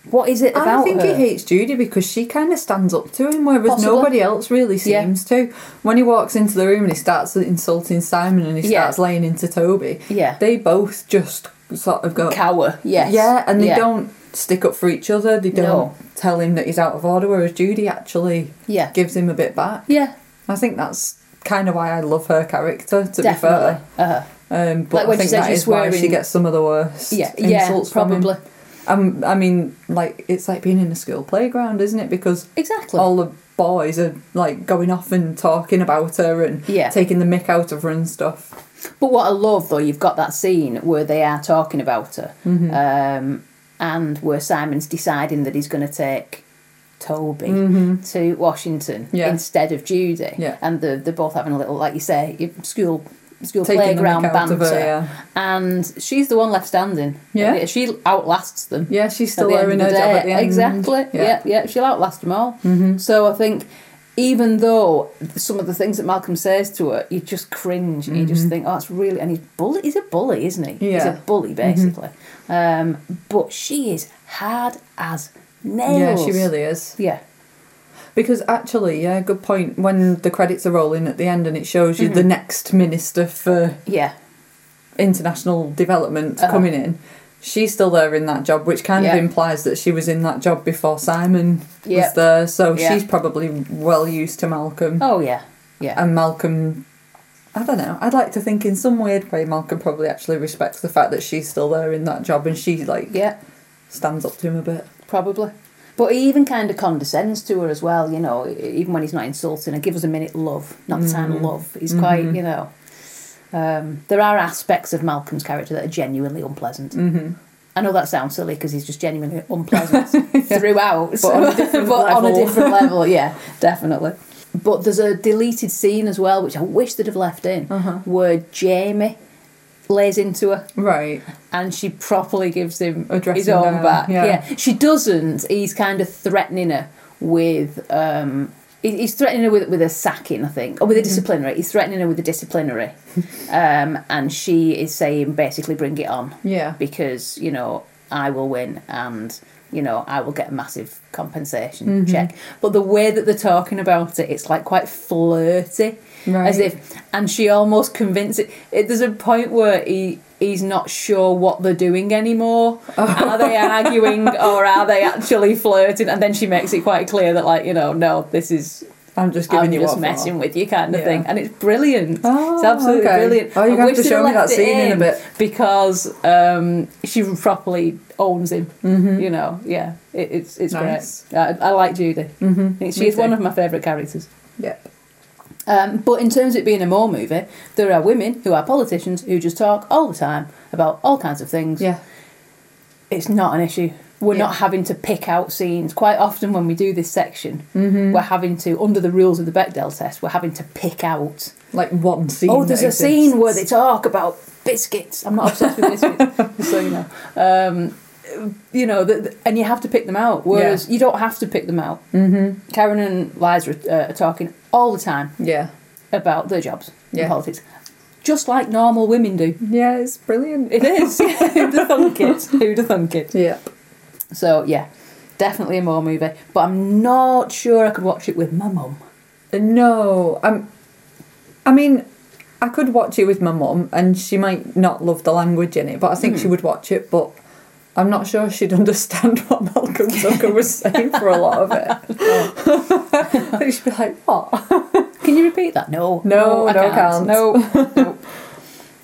[SPEAKER 1] What is it about
[SPEAKER 2] I think
[SPEAKER 1] her?
[SPEAKER 2] he hates Judy because she kind of stands up to him, whereas
[SPEAKER 1] Possibly.
[SPEAKER 2] nobody else really
[SPEAKER 1] Yeah.
[SPEAKER 2] seems to. When he walks into the room and he starts insulting Simon and he
[SPEAKER 1] Yeah.
[SPEAKER 2] starts laying into Toby,
[SPEAKER 1] Yeah.
[SPEAKER 2] they both just sort of go,
[SPEAKER 1] cower. Yes.
[SPEAKER 2] yeah, and they don't stick up for each other. They don't
[SPEAKER 1] No.
[SPEAKER 2] tell him that he's out of order, whereas Judy actually
[SPEAKER 1] Yeah.
[SPEAKER 2] gives him a bit back.
[SPEAKER 1] Yeah.
[SPEAKER 2] I think that's kind of why I love her character. To
[SPEAKER 1] Definitely. Uh-huh.
[SPEAKER 2] be fair, um, but
[SPEAKER 1] Like when
[SPEAKER 2] I think
[SPEAKER 1] she says
[SPEAKER 2] that
[SPEAKER 1] she's
[SPEAKER 2] is why she
[SPEAKER 1] swearing-
[SPEAKER 2] gets some of the worst
[SPEAKER 1] Yeah. Yeah.
[SPEAKER 2] insults from him.
[SPEAKER 1] Probably.
[SPEAKER 2] Um, I mean, like it's like being in a school playground, isn't it? Because
[SPEAKER 1] Exactly.
[SPEAKER 2] all the boys are like going off and talking about her and
[SPEAKER 1] Yeah.
[SPEAKER 2] taking the mick out of her and stuff.
[SPEAKER 1] But what I love though, you've got that scene where they are talking about her,
[SPEAKER 2] Mm-hmm.
[SPEAKER 1] um, and where Simon's deciding that he's going to take Toby to Washington
[SPEAKER 2] Mm-hmm. Yeah.
[SPEAKER 1] instead of Judy,
[SPEAKER 2] Yeah.
[SPEAKER 1] and they're, they're both having a little, like you say, you- school school
[SPEAKER 2] Taking the mick
[SPEAKER 1] playground
[SPEAKER 2] out
[SPEAKER 1] banter,
[SPEAKER 2] of her, yeah.
[SPEAKER 1] and she's the one left standing.
[SPEAKER 2] Yeah.
[SPEAKER 1] she outlasts them.
[SPEAKER 2] Yeah, she's
[SPEAKER 1] At
[SPEAKER 2] still
[SPEAKER 1] the end
[SPEAKER 2] wearing
[SPEAKER 1] of
[SPEAKER 2] her
[SPEAKER 1] the
[SPEAKER 2] job
[SPEAKER 1] day.
[SPEAKER 2] at the end. Mm-hmm.
[SPEAKER 1] Exactly. Yeah. yeah, She'll outlast them all. So I think, even though some of the things that Malcolm says to her, you just cringe and you just think, oh, it's really. And he's bully. He's a bully, isn't he? He's
[SPEAKER 2] Mm-hmm. Yeah. Mm-hmm.
[SPEAKER 1] a bully, basically. Um, but she is hard as nails.
[SPEAKER 2] yeah, she really is.
[SPEAKER 1] Yeah.
[SPEAKER 2] Because actually, yeah, good point. When the credits are rolling at the end and it shows you the
[SPEAKER 1] Mm-hmm.
[SPEAKER 2] next minister for
[SPEAKER 1] Yeah.
[SPEAKER 2] international development
[SPEAKER 1] Uh-huh.
[SPEAKER 2] coming in, she's still there in that job, which kind
[SPEAKER 1] Yeah.
[SPEAKER 2] of implies that she was in that job before Simon
[SPEAKER 1] Yeah.
[SPEAKER 2] was there. So
[SPEAKER 1] Yeah.
[SPEAKER 2] she's probably well used to Malcolm.
[SPEAKER 1] Oh yeah. Yeah.
[SPEAKER 2] And Malcolm, I don't know. I'd like to think in some weird way, Malcolm probably actually respects the fact that she's still there in that job and she like
[SPEAKER 1] yeah.
[SPEAKER 2] stands up to him a bit.
[SPEAKER 1] Probably. But he even kind of condescends to her as well, you know, e-, even when he's not insulting her. Give us a minute, love. Not the time, love. He's quite, you know. Um, there are aspects of Malcolm's character that are genuinely unpleasant. Mm-hmm. I know that sounds silly because he's just genuinely unpleasant throughout. But, on a, different
[SPEAKER 2] level.
[SPEAKER 1] level, yeah, definitely. But there's a deleted scene as well, which I wish they'd have left in, where Jamie lays into her
[SPEAKER 2] Right.
[SPEAKER 1] and she properly gives him
[SPEAKER 2] A dressing
[SPEAKER 1] his own
[SPEAKER 2] down,
[SPEAKER 1] back.
[SPEAKER 2] yeah.
[SPEAKER 1] Yeah. she doesn't. He's kind of threatening her with. Um, he- he's threatening her with, with a sacking, I think, or with a disciplinary. He's threatening her with a disciplinary, um, and she is saying basically, "Bring it on."
[SPEAKER 2] Yeah.
[SPEAKER 1] because you know I will win and you know I will get a massive compensation check. But the way that they're talking about it, it's like quite flirty, as
[SPEAKER 2] Right.
[SPEAKER 1] if. And she almost convinces. It, there's a point where he he's not sure what they're doing anymore. Are they arguing or are they actually flirting? And then she makes it quite clear that like you know no, this is.
[SPEAKER 2] I'm just giving
[SPEAKER 1] I'm
[SPEAKER 2] you
[SPEAKER 1] just
[SPEAKER 2] what
[SPEAKER 1] messing with you, kind of
[SPEAKER 2] Yeah.
[SPEAKER 1] thing, and it's brilliant. it's
[SPEAKER 2] Oh,
[SPEAKER 1] absolutely
[SPEAKER 2] okay.
[SPEAKER 1] brilliant.
[SPEAKER 2] Oh, you're
[SPEAKER 1] I
[SPEAKER 2] gonna have
[SPEAKER 1] wish
[SPEAKER 2] to
[SPEAKER 1] they'd
[SPEAKER 2] show me that
[SPEAKER 1] left it
[SPEAKER 2] scene in a bit.
[SPEAKER 1] because um, she properly owns him. You know, yeah, it, it's it's
[SPEAKER 2] Nice.
[SPEAKER 1] great. I, I like Judy. Mm-hmm. She's
[SPEAKER 2] too.
[SPEAKER 1] one of my favourite characters.
[SPEAKER 2] Yep.
[SPEAKER 1] Um, but in terms of it being a war movie, there are women who are politicians who just talk all the time about all kinds of things.
[SPEAKER 2] Yeah.
[SPEAKER 1] It's not an issue. We're
[SPEAKER 2] Yeah.
[SPEAKER 1] not having to pick out scenes. Quite often when we do this section, mm we're having to, under the rules of the Bechdel test, we're having to pick out
[SPEAKER 2] Like one scene.
[SPEAKER 1] Oh,
[SPEAKER 2] that
[SPEAKER 1] there's a
[SPEAKER 2] exists.
[SPEAKER 1] scene where they talk about biscuits. I'm not obsessed with biscuits, just so you know. Um, you know, th th- and you have to pick them out. Whereas
[SPEAKER 2] Yeah.
[SPEAKER 1] you don't have to pick them out. Mm-hmm. Karen and Liza uh, are talking all the time
[SPEAKER 2] Yeah.
[SPEAKER 1] about their jobs
[SPEAKER 2] Yeah.
[SPEAKER 1] in politics, just like normal women do.
[SPEAKER 2] Yeah, it's brilliant.
[SPEAKER 1] It is. Who'd have thunk it? Who'd have thunk it?
[SPEAKER 2] Yep.
[SPEAKER 1] So yeah, definitely a more movie. But I'm not sure I could watch it with my mum.
[SPEAKER 2] No, I'm. I mean, I could watch it with my mum, and she might not love the language in it, but I think she would watch it. But I'm not sure she'd understand what Malcolm Tucker was saying for a lot of it. she'd be like, "What?"
[SPEAKER 1] Can you repeat that? No.
[SPEAKER 2] No, no, can't.
[SPEAKER 1] No. no.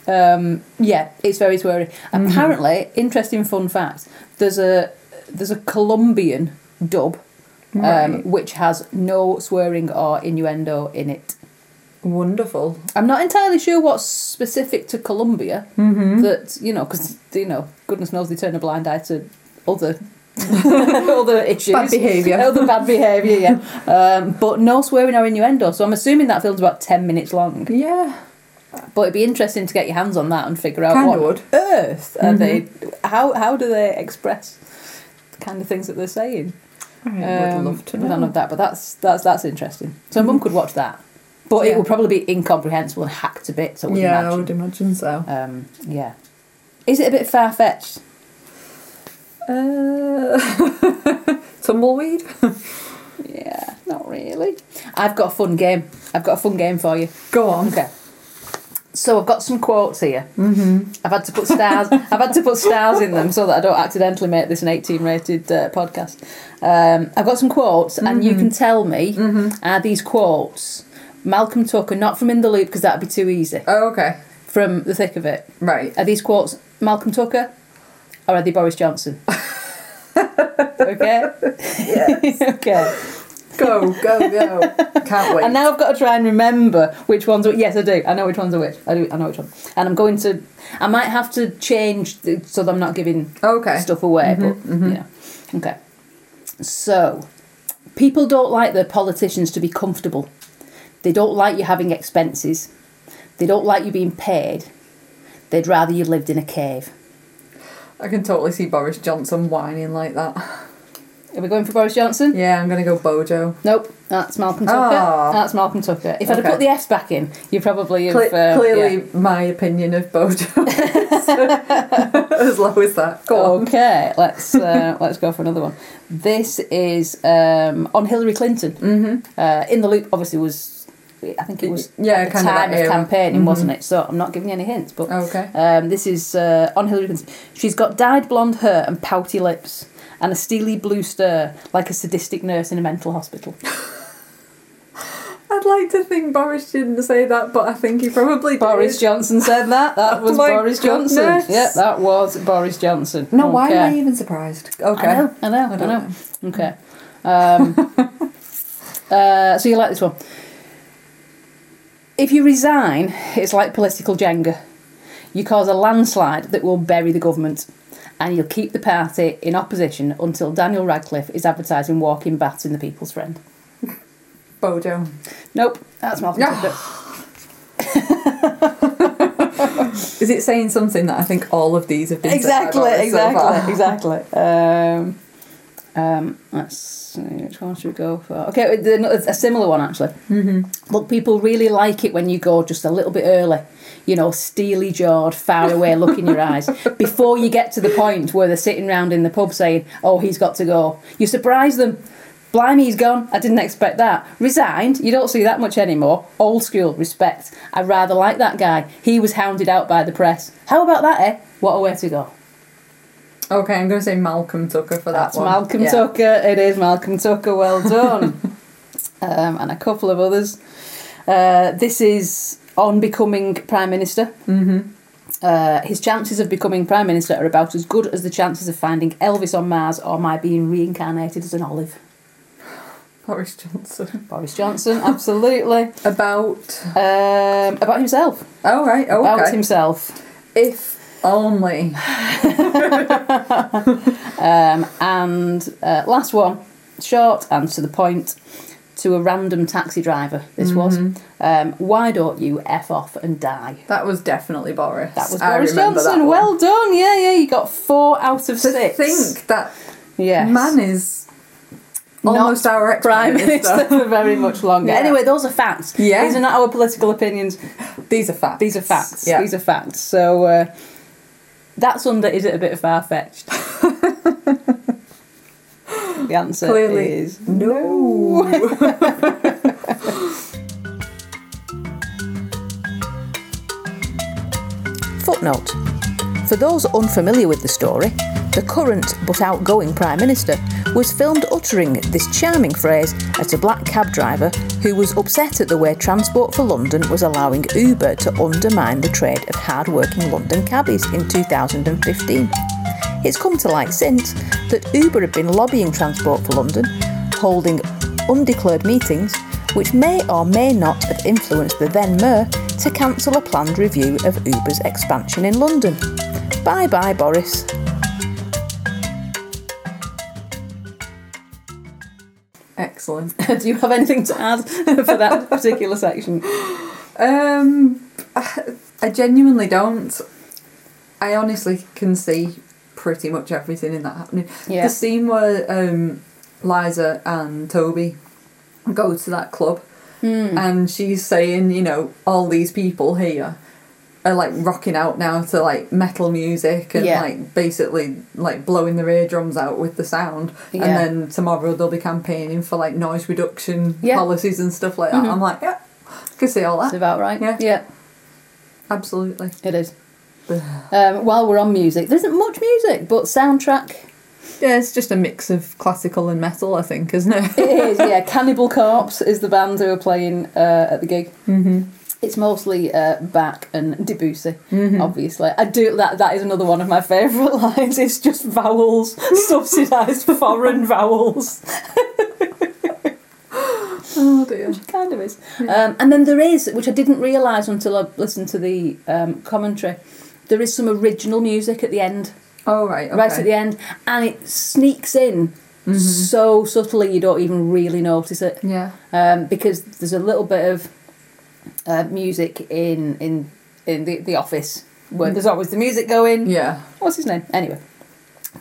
[SPEAKER 1] Um, yeah, it's very sweary.
[SPEAKER 2] Mm-hmm.
[SPEAKER 1] Apparently, interesting fun fact: there's a there's a Colombian dub um,
[SPEAKER 2] Right.
[SPEAKER 1] which has no swearing or innuendo in it.
[SPEAKER 2] Wonderful.
[SPEAKER 1] I'm not entirely sure what's specific to Colombia
[SPEAKER 2] Mm-hmm.
[SPEAKER 1] that you know because you know goodness knows they turn a blind eye to other other issues,
[SPEAKER 2] Bad behaviour.
[SPEAKER 1] other bad behaviour. Yeah, um, but no swearing or innuendo. So I'm assuming that film's about ten minutes long.
[SPEAKER 2] Yeah.
[SPEAKER 1] But it'd be interesting to get your hands on that and figure out
[SPEAKER 2] Kinda
[SPEAKER 1] what
[SPEAKER 2] would. Mm-hmm.
[SPEAKER 1] earth are they? How how do they express the kind of things that they're saying?
[SPEAKER 2] I would love to
[SPEAKER 1] Um, I don't know
[SPEAKER 2] know. Mm.
[SPEAKER 1] that, but that's that's that's interesting. So mum could watch that, but it
[SPEAKER 2] Yeah.
[SPEAKER 1] would probably be incomprehensible and hacked to bits. I would
[SPEAKER 2] Yeah, I
[SPEAKER 1] imagine.
[SPEAKER 2] would imagine so.
[SPEAKER 1] Um, yeah. Is it a bit far fetched?
[SPEAKER 2] Uh, tumbleweed.
[SPEAKER 1] Yeah, not really. I've got a fun game. I've got a fun game for you.
[SPEAKER 2] Go on.
[SPEAKER 1] Okay. So I've got some quotes here. Mm-hmm. I've had to put stars. I've had to put stars in them so that I don't accidentally make this an eighteen-rated uh, podcast. Um, I've got some quotes, and you can tell me are these quotes Malcolm Tucker, not from In the Loop, because that'd be too easy.
[SPEAKER 2] Oh, okay.
[SPEAKER 1] From the thick of it,
[SPEAKER 2] Right.
[SPEAKER 1] are these quotes Malcolm Tucker, or are they Boris Johnson? okay. okay.
[SPEAKER 2] Go, go, go. Can't wait.
[SPEAKER 1] And now I've got to try and remember which ones. Are, yes, I do. I know which ones are which. I do. I know which one. And I'm going to. I might have to change the, so that I'm not giving
[SPEAKER 2] Okay. Mm-hmm,
[SPEAKER 1] stuff away. but you know. Okay. So, people don't like their politicians to be comfortable. They don't like you having expenses. They don't like you being paid. They'd rather you lived in a cave.
[SPEAKER 2] I can totally see Boris Johnson whining like that.
[SPEAKER 1] Are we going for Boris Johnson?
[SPEAKER 2] Yeah, I'm gonna go Bojo.
[SPEAKER 1] Nope, that's Malcolm Tucker.
[SPEAKER 2] Ah.
[SPEAKER 1] That's Malcolm Tucker. If I'd have
[SPEAKER 2] Okay.
[SPEAKER 1] put the F's back in, you probably have.
[SPEAKER 2] Cle-
[SPEAKER 1] uh,
[SPEAKER 2] clearly,
[SPEAKER 1] yeah.
[SPEAKER 2] my opinion of Bojo is as low as that. Go
[SPEAKER 1] Oh.
[SPEAKER 2] on.
[SPEAKER 1] Okay, let's uh, let's go for another one. This is um, on Hillary Clinton. Mm-hmm. Uh, in the loop, obviously, was I think it was
[SPEAKER 2] Yeah,
[SPEAKER 1] at the
[SPEAKER 2] kind of
[SPEAKER 1] time
[SPEAKER 2] that
[SPEAKER 1] of Mm-hmm.
[SPEAKER 2] era.
[SPEAKER 1] campaigning, wasn't it? So I'm not giving you any hints, but
[SPEAKER 2] Okay.
[SPEAKER 1] um, this is uh, on Hillary Clinton. She's got dyed blonde hair and pouty lips and a steely blue stare, like a sadistic nurse in a mental hospital.
[SPEAKER 2] I'd like to think Boris didn't say that, but I think he probably
[SPEAKER 1] Boris
[SPEAKER 2] did.
[SPEAKER 1] Johnson said that. That was
[SPEAKER 2] my
[SPEAKER 1] Boris Johnson.
[SPEAKER 2] goodness.
[SPEAKER 1] Yeah, that was Boris Johnson.
[SPEAKER 2] No, why am I
[SPEAKER 1] Okay.
[SPEAKER 2] even surprised? Okay.
[SPEAKER 1] Oh, I know, I know, I,
[SPEAKER 2] I
[SPEAKER 1] know.
[SPEAKER 2] don't
[SPEAKER 1] Okay. Um, uh, so you like this one. If you resign, it's like political Jenga. You cause a landslide that will bury the government, and you'll keep the party in opposition until Daniel Radcliffe is advertising walking bats in the People's Friend.
[SPEAKER 2] Bojo.
[SPEAKER 1] Nope, that's Malcolm
[SPEAKER 2] Yeah.
[SPEAKER 1] Tucker.
[SPEAKER 2] Is it saying something that I think all of these have been
[SPEAKER 1] exactly,
[SPEAKER 2] said by Boris so far?
[SPEAKER 1] exactly, exactly. Um, um, let's see, which one should we go for? Okay, wait, there's another- a similar one actually. Mm-hmm. Look, people really like it when you go just a little bit early. You know, steely jawed, far away look in your eyes before you get to the point where they're sitting round in the pub saying, "Oh, he's got to go." You surprise them. Blimey, he's gone. I didn't expect that. Resigned. You don't see that much anymore. Old school respect. I rather like that guy. He was hounded out by the press. How about that, eh? What a way to go.
[SPEAKER 2] Okay, I'm going to say Malcolm Tucker for
[SPEAKER 1] That's
[SPEAKER 2] that one.
[SPEAKER 1] Malcolm
[SPEAKER 2] Yeah.
[SPEAKER 1] Tucker. It is Malcolm Tucker. Well done. um, and a couple of others. Uh, this is on becoming Prime Minister. Mm-hmm. Uh, his chances of becoming Prime Minister are about as good as the chances of finding Elvis on Mars or my being reincarnated as an olive.
[SPEAKER 2] Boris Johnson.
[SPEAKER 1] Boris Johnson, absolutely.
[SPEAKER 2] About.
[SPEAKER 1] um, about himself.
[SPEAKER 2] Oh, right. Oh,
[SPEAKER 1] About
[SPEAKER 2] okay.
[SPEAKER 1] himself.
[SPEAKER 2] If only.
[SPEAKER 1] Um, and uh, last one, short and to the point, to a random taxi driver. This
[SPEAKER 2] Mm-hmm.
[SPEAKER 1] was. Um, why don't you f off and die?
[SPEAKER 2] That was definitely Boris.
[SPEAKER 1] That was
[SPEAKER 2] I
[SPEAKER 1] Boris
[SPEAKER 2] remember that
[SPEAKER 1] Johnson.
[SPEAKER 2] one.
[SPEAKER 1] Well done. Yeah, yeah. You got four out of
[SPEAKER 2] to
[SPEAKER 1] six.
[SPEAKER 2] think that
[SPEAKER 1] Yes.
[SPEAKER 2] man is
[SPEAKER 1] Not
[SPEAKER 2] almost our ex
[SPEAKER 1] Prime Minister for very much longer.
[SPEAKER 2] Yeah.
[SPEAKER 1] Anyway, those are facts.
[SPEAKER 2] Yeah.
[SPEAKER 1] These are not our political opinions.
[SPEAKER 2] These are facts.
[SPEAKER 1] These are facts.
[SPEAKER 2] Yeah.
[SPEAKER 1] These are facts. So uh, that's under. Is it a bit far fetched? the answer
[SPEAKER 2] Clearly.
[SPEAKER 1] is
[SPEAKER 2] no.
[SPEAKER 3] Footnote For those unfamiliar with the story, the current but outgoing Prime Minister was filmed uttering this charming phrase at a black cab driver who was upset at the way Transport for London was allowing Uber to undermine the trade of hard working London cabbies in 2015. It's come to light since that Uber had been lobbying Transport for London, holding undeclared meetings, which may or may not have influenced the then Mayor to cancel a planned review of Uber's expansion in London. Bye bye, Boris.
[SPEAKER 2] Excellent.
[SPEAKER 1] Do you have anything to add for that particular section?
[SPEAKER 2] Um, I genuinely don't. I honestly can see pretty much everything in that happening.
[SPEAKER 1] Yeah.
[SPEAKER 2] The scene where um, Liza and Toby go to that club
[SPEAKER 1] Hmm.
[SPEAKER 2] and she's saying, you know, all these people here are like rocking out now to like metal music and
[SPEAKER 1] Yeah.
[SPEAKER 2] like basically like blowing their eardrums out with the sound
[SPEAKER 1] Yeah.
[SPEAKER 2] and then tomorrow they'll be campaigning for like noise reduction
[SPEAKER 1] Yeah. Mm-hmm.
[SPEAKER 2] policies and stuff like that. I'm like, yeah, I can see all that.
[SPEAKER 1] That's about right.
[SPEAKER 2] Yeah.
[SPEAKER 1] yeah
[SPEAKER 2] Absolutely.
[SPEAKER 1] it is. Um, while we're on music, there isn't much music, but soundtrack.
[SPEAKER 2] Yeah, it's just a mix of classical and metal, I think, isn't it?
[SPEAKER 1] It is, yeah. Cannibal Corpse is the band who are playing uh, at the gig. Mm-hmm. It's mostly uh, Bach and Debussy, obviously. I do that. That is another one of my favourite lines. It's just vowels, subsidised foreign vowels.
[SPEAKER 2] oh dear.
[SPEAKER 1] kind of is. Um, and then there is, which I didn't realise until I listened to the um, commentary, there is some original music at the end,
[SPEAKER 2] Oh right, okay.
[SPEAKER 1] right at the end, and it sneaks in so subtly you don't even really notice it.
[SPEAKER 2] Yeah.
[SPEAKER 1] Um, because there's a little bit of uh, music in in in the, the office where there's always the music going.
[SPEAKER 2] Yeah.
[SPEAKER 1] What's his name? Anyway.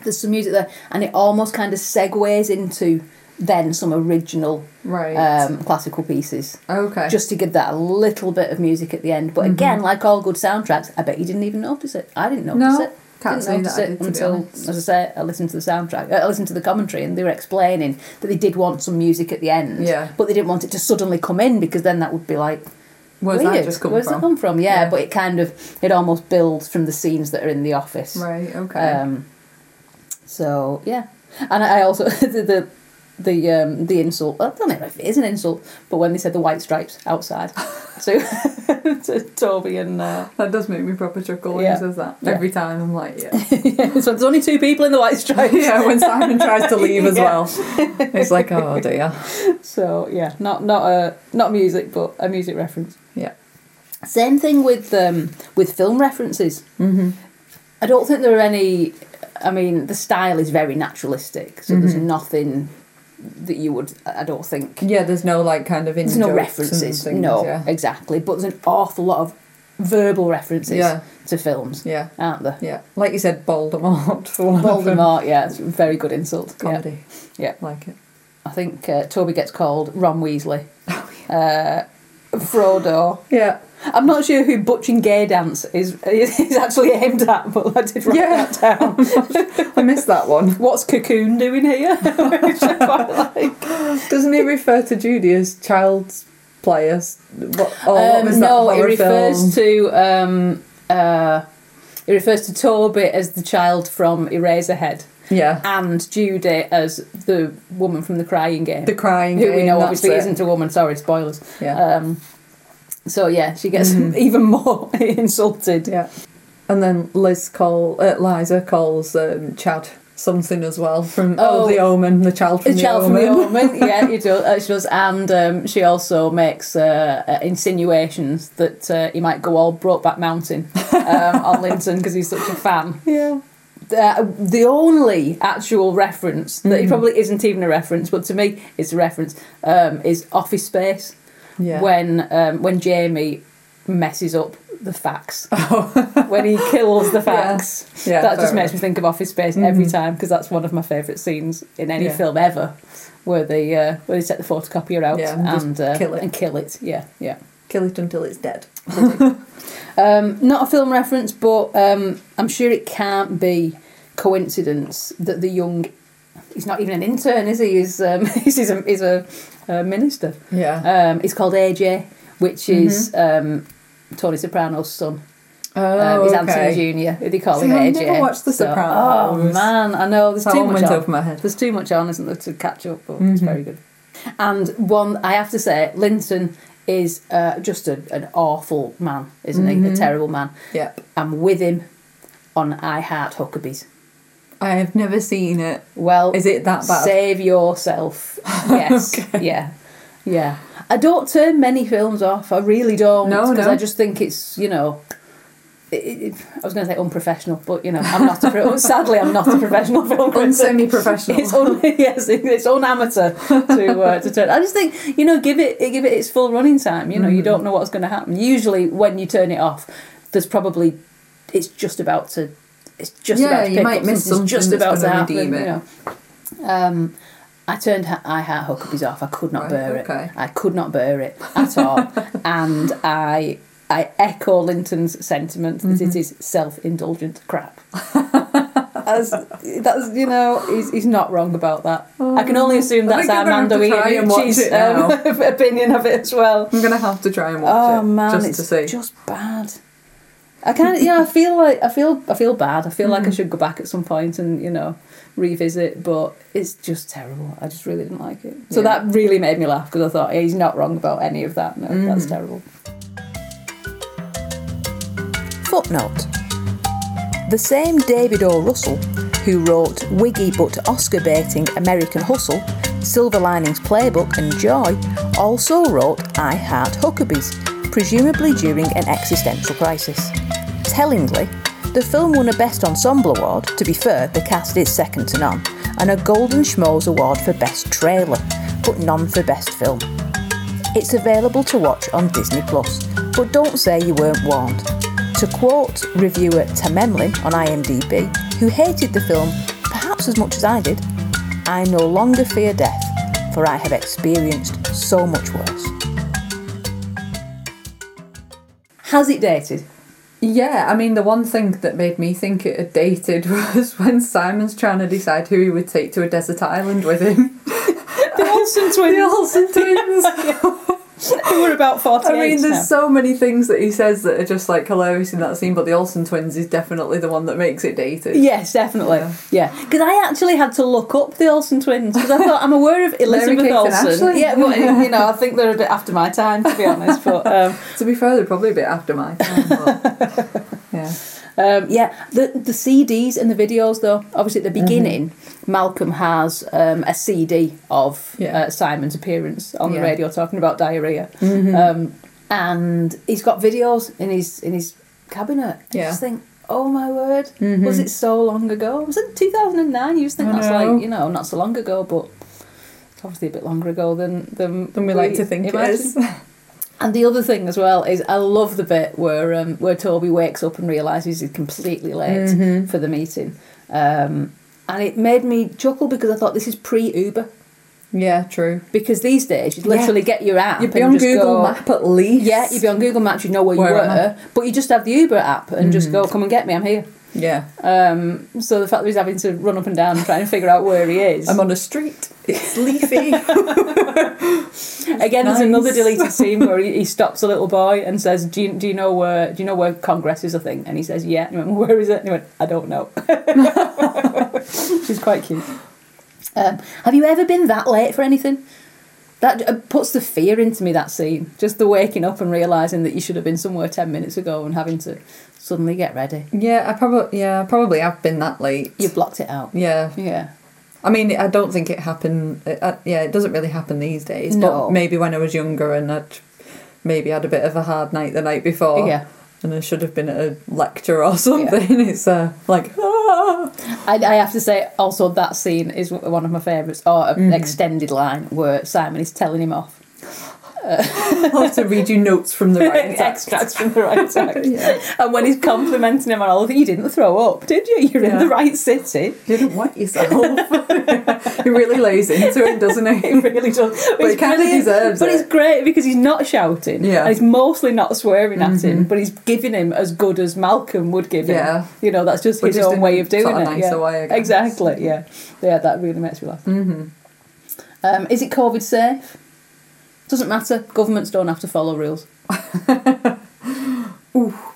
[SPEAKER 1] There's some music there, and it almost kind of segues into then some original
[SPEAKER 2] Right.
[SPEAKER 1] um, classical pieces.
[SPEAKER 2] okay. Mm-hmm.
[SPEAKER 1] Just to give that a little bit of music at the end. But again, like all good soundtracks, I bet you didn't even notice it. I didn't notice
[SPEAKER 2] No,
[SPEAKER 1] it.
[SPEAKER 2] can't
[SPEAKER 1] didn't
[SPEAKER 2] say
[SPEAKER 1] notice
[SPEAKER 2] that I
[SPEAKER 1] it
[SPEAKER 2] did, to be
[SPEAKER 1] until,
[SPEAKER 2] honest.
[SPEAKER 1] as I say, I listened to the soundtrack. I listened to the commentary, and they were explaining that they did want some music at the end.
[SPEAKER 2] Yeah.
[SPEAKER 1] But they didn't want it to suddenly come in because then that would be like
[SPEAKER 2] Where's that
[SPEAKER 1] weird.
[SPEAKER 2] just come
[SPEAKER 1] Where's
[SPEAKER 2] from?
[SPEAKER 1] that come from? Yeah,
[SPEAKER 2] Yeah.
[SPEAKER 1] But it kind of it almost builds from the scenes that are in the office.
[SPEAKER 2] Right. Okay.
[SPEAKER 1] Um, so yeah, and I I also the the the, um, the insult. I don't know if it is an insult, but when they said the white stripes outside, so to Toby and uh,
[SPEAKER 2] that does make me proper chuckle when
[SPEAKER 1] Yeah.
[SPEAKER 2] he says that
[SPEAKER 1] Yeah.
[SPEAKER 2] every time. I'm like, yeah,
[SPEAKER 1] so there's only two people in the white stripes.
[SPEAKER 2] yeah. When Simon tries to leave as
[SPEAKER 1] Yeah.
[SPEAKER 2] well, it's like, oh dear.
[SPEAKER 1] So yeah, not not a not music, but a music reference.
[SPEAKER 2] Yeah.
[SPEAKER 1] Same thing with um, with film references. Mm-hmm. I don't think there are any. I mean, the style is very naturalistic, so there's
[SPEAKER 2] Mm-hmm.
[SPEAKER 1] nothing that you would. I don't think
[SPEAKER 2] Yeah. There's no like kind of in
[SPEAKER 1] there's no
[SPEAKER 2] jokes and
[SPEAKER 1] references.
[SPEAKER 2] things,
[SPEAKER 1] no,
[SPEAKER 2] Yeah.
[SPEAKER 1] exactly. But there's an awful lot of verbal references
[SPEAKER 2] Yeah.
[SPEAKER 1] to films,
[SPEAKER 2] Yeah.
[SPEAKER 1] aren't there?
[SPEAKER 2] Yeah. Like you said, Voldemort. For one of them.
[SPEAKER 1] Voldemort, yeah, it's a very good insult. Yeah.
[SPEAKER 2] Comedy.
[SPEAKER 1] Yeah.
[SPEAKER 2] Like it.
[SPEAKER 1] I think uh, Toby gets called Ron Weasley,
[SPEAKER 2] Oh,
[SPEAKER 1] uh, Frodo.
[SPEAKER 2] Yeah.
[SPEAKER 1] I'm not sure who butching gay dance is is actually aimed at, but I did write
[SPEAKER 2] Yeah.
[SPEAKER 1] that down.
[SPEAKER 2] I missed that one.
[SPEAKER 1] What's Cocoon doing here? Which I quite like.
[SPEAKER 2] Doesn't he refer to Judy as child's players? What, or Oh, what
[SPEAKER 1] Um,
[SPEAKER 2] was that
[SPEAKER 1] no, it
[SPEAKER 2] horror
[SPEAKER 1] refers
[SPEAKER 2] film?
[SPEAKER 1] to um, uh, it refers to Toby as the child from Eraserhead,
[SPEAKER 2] yeah,
[SPEAKER 1] and Judy as the woman from the Crying Game,
[SPEAKER 2] the crying.
[SPEAKER 1] who we
[SPEAKER 2] game,
[SPEAKER 1] know
[SPEAKER 2] that's
[SPEAKER 1] obviously
[SPEAKER 2] it.
[SPEAKER 1] isn't a woman. Sorry, spoilers.
[SPEAKER 2] Yeah, Mm-hmm.
[SPEAKER 1] Um, so yeah, she gets even more insulted.
[SPEAKER 2] yeah. And then Liz call uh, Liza calls um, Chad something as well from oh,
[SPEAKER 1] Oh.
[SPEAKER 2] the Omen, the child from
[SPEAKER 1] The
[SPEAKER 2] the
[SPEAKER 1] child from
[SPEAKER 2] Omen.
[SPEAKER 1] the Omen, yeah, you do, uh, she does, and um, she also makes uh, uh, insinuations that uh, he might go all Brokeback Mountain um, on Linton because he's such a fan.
[SPEAKER 2] yeah,
[SPEAKER 1] Uh, the only actual reference that
[SPEAKER 2] Mm-hmm.
[SPEAKER 1] it probably isn't even a reference, but to me it's a reference um, is Office Space
[SPEAKER 2] yeah.
[SPEAKER 1] when um, when Jamie messes up the facts when he kills the facts.
[SPEAKER 2] Oh. Yeah,
[SPEAKER 1] that just
[SPEAKER 2] fair Mm-hmm.
[SPEAKER 1] makes me think of Office Space every time because that's one of my favourite scenes in any
[SPEAKER 2] Yeah.
[SPEAKER 1] film ever, where they uh, where they take the photocopier out
[SPEAKER 2] Yeah, and just
[SPEAKER 1] and uh,
[SPEAKER 2] kill it.
[SPEAKER 1] and kill it. Yeah, yeah.
[SPEAKER 2] kill it until it's dead.
[SPEAKER 1] Um, not a film reference, but um, I'm sure it can't be coincidence that the young. He's not even an intern, is he? He's um, he's, he's a, he's a, a minister.
[SPEAKER 2] Yeah.
[SPEAKER 1] Um, he's called AJ, which
[SPEAKER 2] Mm-hmm.
[SPEAKER 1] is um, Tony Soprano's son.
[SPEAKER 2] oh,
[SPEAKER 1] Um, he's
[SPEAKER 2] okay.
[SPEAKER 1] Anthony Jr. They call
[SPEAKER 2] See,
[SPEAKER 1] him
[SPEAKER 2] I've
[SPEAKER 1] AJ.
[SPEAKER 2] never watched The
[SPEAKER 1] So, oh
[SPEAKER 2] Sopranos.
[SPEAKER 1] man, I know there's
[SPEAKER 2] That
[SPEAKER 1] too
[SPEAKER 2] one
[SPEAKER 1] much
[SPEAKER 2] went Mm-hmm.
[SPEAKER 1] on.
[SPEAKER 2] over my head.
[SPEAKER 1] There's too much on, isn't there, to catch up? But it's very good. And one I have to say, Linton is uh, just a, an awful man, isn't
[SPEAKER 2] Mm-hmm.
[SPEAKER 1] he? A terrible man.
[SPEAKER 2] Yep.
[SPEAKER 1] I'm with him on I Heart Huckabees.
[SPEAKER 2] I have never seen it.
[SPEAKER 1] Well,
[SPEAKER 2] Is it that bad?
[SPEAKER 1] Save yourself. Yes. Yeah. Yeah. I don't turn many films off. I really don't.
[SPEAKER 2] No,
[SPEAKER 1] Because
[SPEAKER 2] no.
[SPEAKER 1] I just think it's, you know, it, it, I was going to say unprofessional, but, you know, I'm not a pro- sadly, I'm not a professional film critic.
[SPEAKER 2] Unsemi-professional.
[SPEAKER 1] It's un- yes, it's un amateur to, uh, to turn. I just think, you know, give it give it its full running time. You know,
[SPEAKER 2] Mm.
[SPEAKER 1] you don't know what's going to happen. Usually, when you turn it off, there's probably, it's just about to, it's just
[SPEAKER 2] Yeah,
[SPEAKER 1] about to
[SPEAKER 2] you
[SPEAKER 1] pick
[SPEAKER 2] might
[SPEAKER 1] up
[SPEAKER 2] miss
[SPEAKER 1] something, it's just
[SPEAKER 2] something
[SPEAKER 1] about
[SPEAKER 2] that's
[SPEAKER 1] to
[SPEAKER 2] gonna
[SPEAKER 1] happen.
[SPEAKER 2] redeem
[SPEAKER 1] you
[SPEAKER 2] it.
[SPEAKER 1] know. Um, I turned Ha- I Heart Huckabees off. I could not
[SPEAKER 2] Right,
[SPEAKER 1] bear
[SPEAKER 2] okay.
[SPEAKER 1] it. I could not bear it at all. and I I echo Linton's sentiment that
[SPEAKER 2] Mm-hmm.
[SPEAKER 1] it is self indulgent crap. As that's you know he's, he's not wrong about that. I can only assume
[SPEAKER 2] I
[SPEAKER 1] that's
[SPEAKER 2] think I'm gonna have
[SPEAKER 1] Armando
[SPEAKER 2] to try and watch
[SPEAKER 1] Iannucci's
[SPEAKER 2] it now.
[SPEAKER 1] um, opinion of it as well.
[SPEAKER 2] I'm gonna have to try and watch
[SPEAKER 1] Oh
[SPEAKER 2] it
[SPEAKER 1] man,
[SPEAKER 2] just
[SPEAKER 1] it's
[SPEAKER 2] to see.
[SPEAKER 1] just bad. I can't. Yeah, I feel like I feel. I feel bad. I feel like I
[SPEAKER 2] Mm.
[SPEAKER 1] should go back at some point and you know revisit, but it's just terrible. I just really didn't like it. So
[SPEAKER 2] Yeah.
[SPEAKER 1] that really made me laugh because I thought yeah, he's not wrong about any of that. No,
[SPEAKER 2] Mm.
[SPEAKER 1] that's terrible.
[SPEAKER 3] Footnote The same David O. Russell, who wrote Wiggy but Oscar baiting American Hustle, Silver Linings Playbook, and Joy, also wrote I Heart Huckabees, presumably during an existential crisis. Tellingly, the film won a Best Ensemble Award, to be fair, the cast is second to none, and a Golden Schmoes Award for Best Trailer, but none for Best Film. It's available to watch on Disney Plus, but don't say you weren't warned. To quote reviewer Tamemlin on IMDb, who hated the film, perhaps as much as I did. I no longer fear death, for I have experienced so much worse.
[SPEAKER 1] Has it dated?
[SPEAKER 2] Yeah, I mean, the one thing that made me think it had dated was when Simon's trying to decide who he would take to a desert island with him.
[SPEAKER 1] The Olsen twins.
[SPEAKER 2] the Olsen twins.
[SPEAKER 1] They were about 48
[SPEAKER 2] I mean,
[SPEAKER 1] now.
[SPEAKER 2] there's so many things that he says that are just like hilarious in that scene, but the Olsen twins is definitely the one that makes it dated.
[SPEAKER 1] Yes, definitely. Yeah, because I actually had to look up the Olsen twins because I thought I'm aware of Elizabeth
[SPEAKER 2] Mary-Kate and
[SPEAKER 1] Olsen.
[SPEAKER 2] Ashley.
[SPEAKER 1] Yeah, but you know, I think they're a bit after my time to be honest. But um,
[SPEAKER 2] To be fair, they're probably a bit after my time. But, yeah.
[SPEAKER 1] um, yeah, the the CDs and the videos though. Obviously, at the
[SPEAKER 2] Mm-hmm.
[SPEAKER 1] beginning, Malcolm has um, a CD of
[SPEAKER 2] Yeah.
[SPEAKER 1] uh, Simon's appearance on the
[SPEAKER 2] Yeah. Mm-hmm.
[SPEAKER 1] radio talking about diarrhea, um, and he's got videos in his in his cabinet. I
[SPEAKER 2] Yeah. Mm-hmm.
[SPEAKER 1] just think. Oh my word! Was it so long ago? Was it 2009? You just think
[SPEAKER 2] I
[SPEAKER 1] that's
[SPEAKER 2] know.
[SPEAKER 1] like you know not so long ago, but it's obviously a bit longer ago than than,
[SPEAKER 2] Than we like to think it
[SPEAKER 1] imagine.
[SPEAKER 2] is.
[SPEAKER 1] And the other thing as well is I love the bit where um, where Toby wakes up and realizes he's completely late
[SPEAKER 2] Mm-hmm.
[SPEAKER 1] for the meeting, um, and it made me chuckle because I thought this is pre Uber
[SPEAKER 2] Yeah, true.
[SPEAKER 1] because these days you would literally get your app.
[SPEAKER 2] You'd be
[SPEAKER 1] and
[SPEAKER 2] on
[SPEAKER 1] just
[SPEAKER 2] Google
[SPEAKER 1] go-
[SPEAKER 2] Map at least.
[SPEAKER 1] Yeah, you'd be on Google Maps. You'd know where you
[SPEAKER 2] Where am Mm-hmm.
[SPEAKER 1] were, but you just have the Uber app and just go, "Come and get me. I'm here."
[SPEAKER 2] Yeah.
[SPEAKER 1] Um, so the fact that he's having to run up and down trying to figure out where he is.
[SPEAKER 2] I'm on a street. It's leafy.
[SPEAKER 1] Again, there's another
[SPEAKER 2] Nice.
[SPEAKER 1] deleted scene where he, he stops a little boy and says, do you, "Do you know where? Do you know where Congress is?" I think, and he says, "Yeah." And he went, "Where is it?" And he went, "I don't know." She's quite cute. Um, have you ever been that late for anything? That uh, puts the fear into me. That scene, just the waking up and realizing that you should have been somewhere ten minutes ago and having to suddenly get ready.
[SPEAKER 2] yeah, I probably yeah, I probably have been that late.
[SPEAKER 1] You blocked it out.
[SPEAKER 2] Yeah.
[SPEAKER 1] Yeah. I
[SPEAKER 2] I mean, I don't think it happened. It, uh, yeah, it doesn't really happen these days.
[SPEAKER 1] No.
[SPEAKER 2] But maybe when I was younger and I'd maybe had a bit of a hard night the night before.
[SPEAKER 1] Yeah.
[SPEAKER 2] And I should have been at a lecture or something. It's uh, like, ah.
[SPEAKER 1] I, I have to say, also that scene is one of my favourites, or an extended line where Simon is telling him off.
[SPEAKER 2] I'll have to read you notes from the writing text.
[SPEAKER 1] extracts from the right text.
[SPEAKER 2] Yeah.
[SPEAKER 1] And when he's complimenting him on all of it, you didn't throw up, did you? You're in
[SPEAKER 2] Yeah.
[SPEAKER 1] the right city.
[SPEAKER 2] You didn't wet yourself. he really lays into it, doesn't
[SPEAKER 1] It
[SPEAKER 2] he?
[SPEAKER 1] really does. But,
[SPEAKER 2] he
[SPEAKER 1] it's
[SPEAKER 2] kinda
[SPEAKER 1] brilliant.
[SPEAKER 2] deserves
[SPEAKER 1] But
[SPEAKER 2] it.
[SPEAKER 1] it's great because he's not shouting.
[SPEAKER 2] Yeah. Mm-hmm.
[SPEAKER 1] And he's mostly not swearing at him, but he's giving him as good as Malcolm would give him.
[SPEAKER 2] Yeah.
[SPEAKER 1] You know, that's just
[SPEAKER 2] But
[SPEAKER 1] his
[SPEAKER 2] just
[SPEAKER 1] own
[SPEAKER 2] in
[SPEAKER 1] way of doing
[SPEAKER 2] sort of
[SPEAKER 1] it.
[SPEAKER 2] nicer
[SPEAKER 1] yeah.
[SPEAKER 2] way, I guess.
[SPEAKER 1] exactly, yeah. Yeah, that really makes me laugh. Mm-hmm. Um, is it COVID safe? Doesn't matter. Governments don't have to follow rules.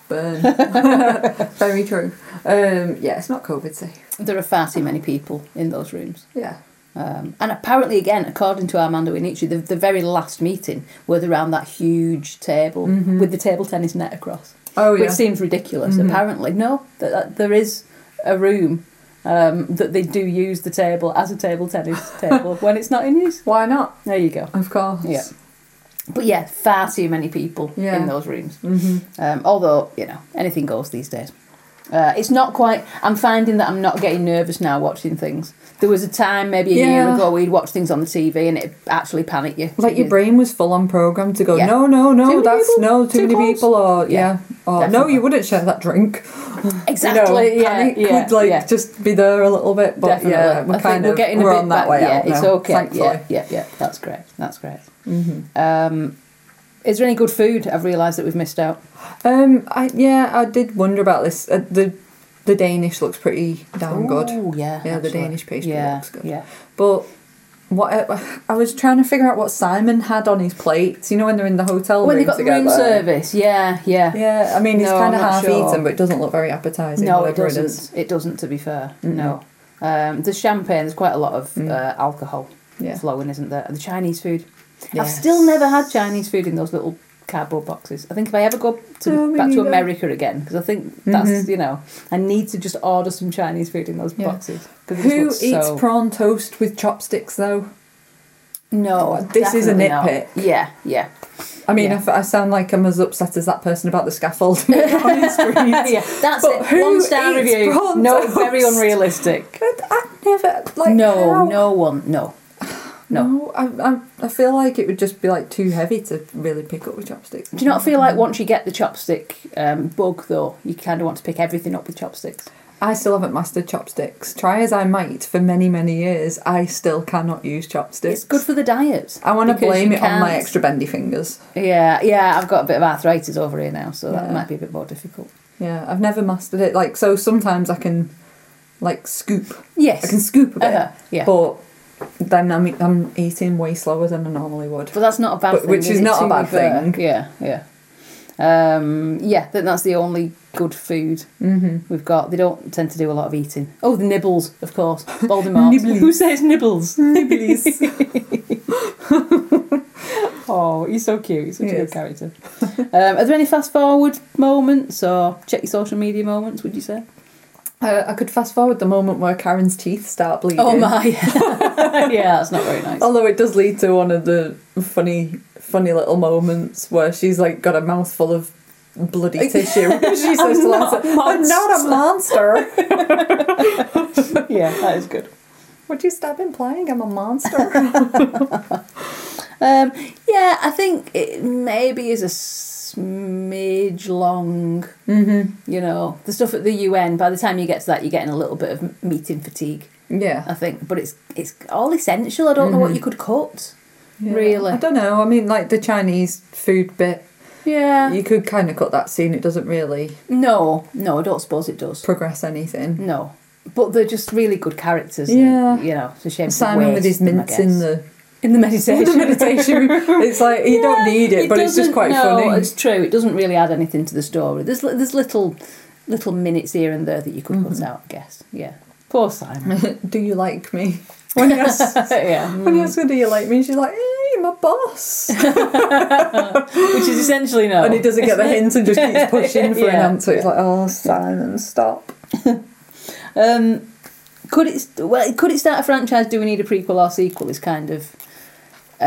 [SPEAKER 2] Burn. Very true. Um, yeah, it's not COVID safe.
[SPEAKER 1] There are far too many people in those rooms.
[SPEAKER 2] Yeah.
[SPEAKER 1] Um, and apparently, again, according to Armando Iannucci, the, the very last meeting was around that huge table with the table tennis net across.
[SPEAKER 2] Mm-hmm. Oh, yeah. Mm-hmm.
[SPEAKER 1] Which seems ridiculous, apparently. No, that, that, there is a room um, that they do use the table as a table tennis table when it's not in use.
[SPEAKER 2] Why not?
[SPEAKER 1] There you go.
[SPEAKER 2] Of course.
[SPEAKER 1] Yeah. But yeah, far too many people
[SPEAKER 2] Yeah. Mm-hmm.
[SPEAKER 1] in those rooms. Um, although, you know, anything goes these days. Uh, it's not quite. I'm finding that I'm not getting nervous now watching things. There was a time, maybe a year
[SPEAKER 2] Yeah.
[SPEAKER 1] ago, we'd watch things on the TV and it actually panicked you.
[SPEAKER 2] Like your brain was full on programmed to go,
[SPEAKER 1] Yeah.
[SPEAKER 2] no, no, no,
[SPEAKER 1] Too many
[SPEAKER 2] that's
[SPEAKER 1] people,
[SPEAKER 2] no,
[SPEAKER 1] too
[SPEAKER 2] too, many
[SPEAKER 1] close."
[SPEAKER 2] people, or
[SPEAKER 1] Yeah,
[SPEAKER 2] yeah, or no,
[SPEAKER 1] definitely.
[SPEAKER 2] you wouldn't share that drink.
[SPEAKER 1] Exactly.
[SPEAKER 2] you know,
[SPEAKER 1] yeah.
[SPEAKER 2] panic
[SPEAKER 1] yeah.
[SPEAKER 2] would like
[SPEAKER 1] yeah.
[SPEAKER 2] just be there a little bit, but
[SPEAKER 1] Definitely.
[SPEAKER 2] yeah,
[SPEAKER 1] I
[SPEAKER 2] we're
[SPEAKER 1] think
[SPEAKER 2] kind
[SPEAKER 1] we're
[SPEAKER 2] of
[SPEAKER 1] getting
[SPEAKER 2] we're
[SPEAKER 1] a bit
[SPEAKER 2] on that
[SPEAKER 1] back-
[SPEAKER 2] way
[SPEAKER 1] Yeah,
[SPEAKER 2] out
[SPEAKER 1] it's
[SPEAKER 2] now,
[SPEAKER 1] okay.
[SPEAKER 2] Thankfully. Mm-hmm.
[SPEAKER 1] Yeah, yeah, yeah. That's great. That's great. Um, is there any good food? I've realised that we've missed out.
[SPEAKER 2] Um, I yeah, I did wonder about this. Uh, the the Danish looks pretty damn good.
[SPEAKER 1] Ooh, yeah.
[SPEAKER 2] yeah, the
[SPEAKER 1] actually.
[SPEAKER 2] Danish pastry
[SPEAKER 1] yeah,
[SPEAKER 2] looks good.
[SPEAKER 1] Yeah.
[SPEAKER 2] But what uh, I, I was trying to figure out what Simon had on his plate. You know when they're in the hotel
[SPEAKER 1] When they
[SPEAKER 2] room
[SPEAKER 1] got the
[SPEAKER 2] together.
[SPEAKER 1] room service, yeah, yeah.
[SPEAKER 2] Yeah, I mean it's
[SPEAKER 1] No, I'm
[SPEAKER 2] kind of
[SPEAKER 1] not
[SPEAKER 2] half
[SPEAKER 1] sure.
[SPEAKER 2] eaten, but it doesn't look very appetizing.
[SPEAKER 1] No, it
[SPEAKER 2] whatever
[SPEAKER 1] doesn't. It,
[SPEAKER 2] is.
[SPEAKER 1] doesn't, to be fair.
[SPEAKER 2] Mm-hmm.
[SPEAKER 1] No. Um, there's champagne, there's quite a lot of uh, alcohol
[SPEAKER 2] Mm. Yeah.
[SPEAKER 1] flowing, isn't there? And the Chinese food. I've
[SPEAKER 2] Yes.
[SPEAKER 1] still never had Chinese food in those little cardboard boxes. I think if I ever go to,
[SPEAKER 2] No, me
[SPEAKER 1] back to
[SPEAKER 2] neither. Mm-hmm.
[SPEAKER 1] America again, because I think that's, you know, I need to just order some Chinese food in those
[SPEAKER 2] Yeah.
[SPEAKER 1] boxes. 'cause it just
[SPEAKER 2] Who
[SPEAKER 1] looks
[SPEAKER 2] eats
[SPEAKER 1] so-
[SPEAKER 2] prawn toast with chopsticks though?
[SPEAKER 1] No,
[SPEAKER 2] Oh, This is a
[SPEAKER 1] definitely not.
[SPEAKER 2] nitpick.
[SPEAKER 1] Yeah, yeah.
[SPEAKER 2] I mean,
[SPEAKER 1] Yeah.
[SPEAKER 2] I f I I sound like I'm as upset as that person about the scaffold. on his street.
[SPEAKER 1] yeah, that's
[SPEAKER 2] But
[SPEAKER 1] it.
[SPEAKER 2] who
[SPEAKER 1] One star
[SPEAKER 2] eats
[SPEAKER 1] review.
[SPEAKER 2] prawn
[SPEAKER 1] No,
[SPEAKER 2] toast?
[SPEAKER 1] very unrealistic.
[SPEAKER 2] But I never like
[SPEAKER 1] no,
[SPEAKER 2] how?
[SPEAKER 1] no one, no. no.
[SPEAKER 2] No, I, I I feel like it would just be like too heavy to really pick up with chopsticks.
[SPEAKER 1] Do you not feel like once you get the chopstick um, bug, though, you kind of want to pick everything up with chopsticks?
[SPEAKER 2] I still haven't mastered chopsticks. Try as I might for many, many years, I still cannot use chopsticks.
[SPEAKER 1] It's good for the diet.
[SPEAKER 2] I want to
[SPEAKER 1] because
[SPEAKER 2] blame
[SPEAKER 1] you
[SPEAKER 2] it on my
[SPEAKER 1] can't-
[SPEAKER 2] extra bendy fingers.
[SPEAKER 1] Yeah, yeah, I've got a bit of arthritis over here now, so that
[SPEAKER 2] Yeah.
[SPEAKER 1] might be a bit more difficult.
[SPEAKER 2] Yeah, I've never mastered it. Like, so sometimes I can, like, scoop.
[SPEAKER 1] Yes.
[SPEAKER 2] I can scoop a bit.
[SPEAKER 1] Uh-huh, yeah.
[SPEAKER 2] But then I'm, I'm eating way slower than I normally would.
[SPEAKER 1] But that's not a bad
[SPEAKER 2] But-
[SPEAKER 1] thing.
[SPEAKER 2] which is
[SPEAKER 1] it,
[SPEAKER 2] not a
[SPEAKER 1] to
[SPEAKER 2] bad
[SPEAKER 1] be fair?
[SPEAKER 2] thing.
[SPEAKER 1] Yeah, yeah. Um, yeah, then that's the only good food
[SPEAKER 2] Mm-hmm.
[SPEAKER 1] we've got. They don't tend to do a lot of eating. Oh, the nibbles, of course. Voldemort.
[SPEAKER 2] Nibblies.
[SPEAKER 1] Who says nibbles? Oh, he's so cute. He's such
[SPEAKER 2] He
[SPEAKER 1] a
[SPEAKER 2] is.
[SPEAKER 1] good character. um, are there any fast forward moments or check your social media moments, would you say?
[SPEAKER 2] Uh, I could fast forward the moment where Karen's teeth start bleeding.
[SPEAKER 1] yeah, that's not very nice.
[SPEAKER 2] Although it does lead to one of the funny, funny little moments where she's like got a mouthful of bloody tissue. she says to Lancer, "I'm not a monster."
[SPEAKER 1] yeah, that is good.
[SPEAKER 2] Would you stop implying I'm a monster?
[SPEAKER 1] Um, yeah, I think it maybe is a smidge long. Mm-hmm. You know, the stuff at the UN. By the time you get to that, you're getting a little bit of m- meeting fatigue, I
[SPEAKER 2] yeah,
[SPEAKER 1] think. But it's it's all essential. I don't know what you could cut, really.
[SPEAKER 2] I don't know. I mean, like the Chinese food bit,
[SPEAKER 1] yeah.
[SPEAKER 2] you could kind of cut that scene. It doesn't really
[SPEAKER 1] no, no, I don't suppose it does.
[SPEAKER 2] progress anything.
[SPEAKER 1] No, but they're just really good characters.
[SPEAKER 2] Yeah.
[SPEAKER 1] and, you know, it's a shame. to
[SPEAKER 2] Simon with
[SPEAKER 1] waste
[SPEAKER 2] his
[SPEAKER 1] them, I
[SPEAKER 2] mints in
[SPEAKER 1] guess.
[SPEAKER 2] the
[SPEAKER 1] in the meditation.
[SPEAKER 2] the meditation. It's like you don't
[SPEAKER 1] Yeah,
[SPEAKER 2] need it, but it's just
[SPEAKER 1] doesn't-
[SPEAKER 2] quite
[SPEAKER 1] no,
[SPEAKER 2] funny.
[SPEAKER 1] It's true. It doesn't really add anything to the story. There's li- there's little little minutes here and there that you could
[SPEAKER 2] Mm-hmm.
[SPEAKER 1] put out. I guess. Yeah. Poor Simon.
[SPEAKER 2] do you like me? When he asks,
[SPEAKER 1] yeah.
[SPEAKER 2] when he asks her, do you like me? She's like, hey, my boss.
[SPEAKER 1] Which is essentially no.
[SPEAKER 2] And he doesn't get the hint and just keeps pushing for
[SPEAKER 1] Yeah.
[SPEAKER 2] an answer. It's like, oh, Simon, stop.
[SPEAKER 1] Um, could it st- well? Could it start a franchise? Do we need a prequel or sequel? Is kind of.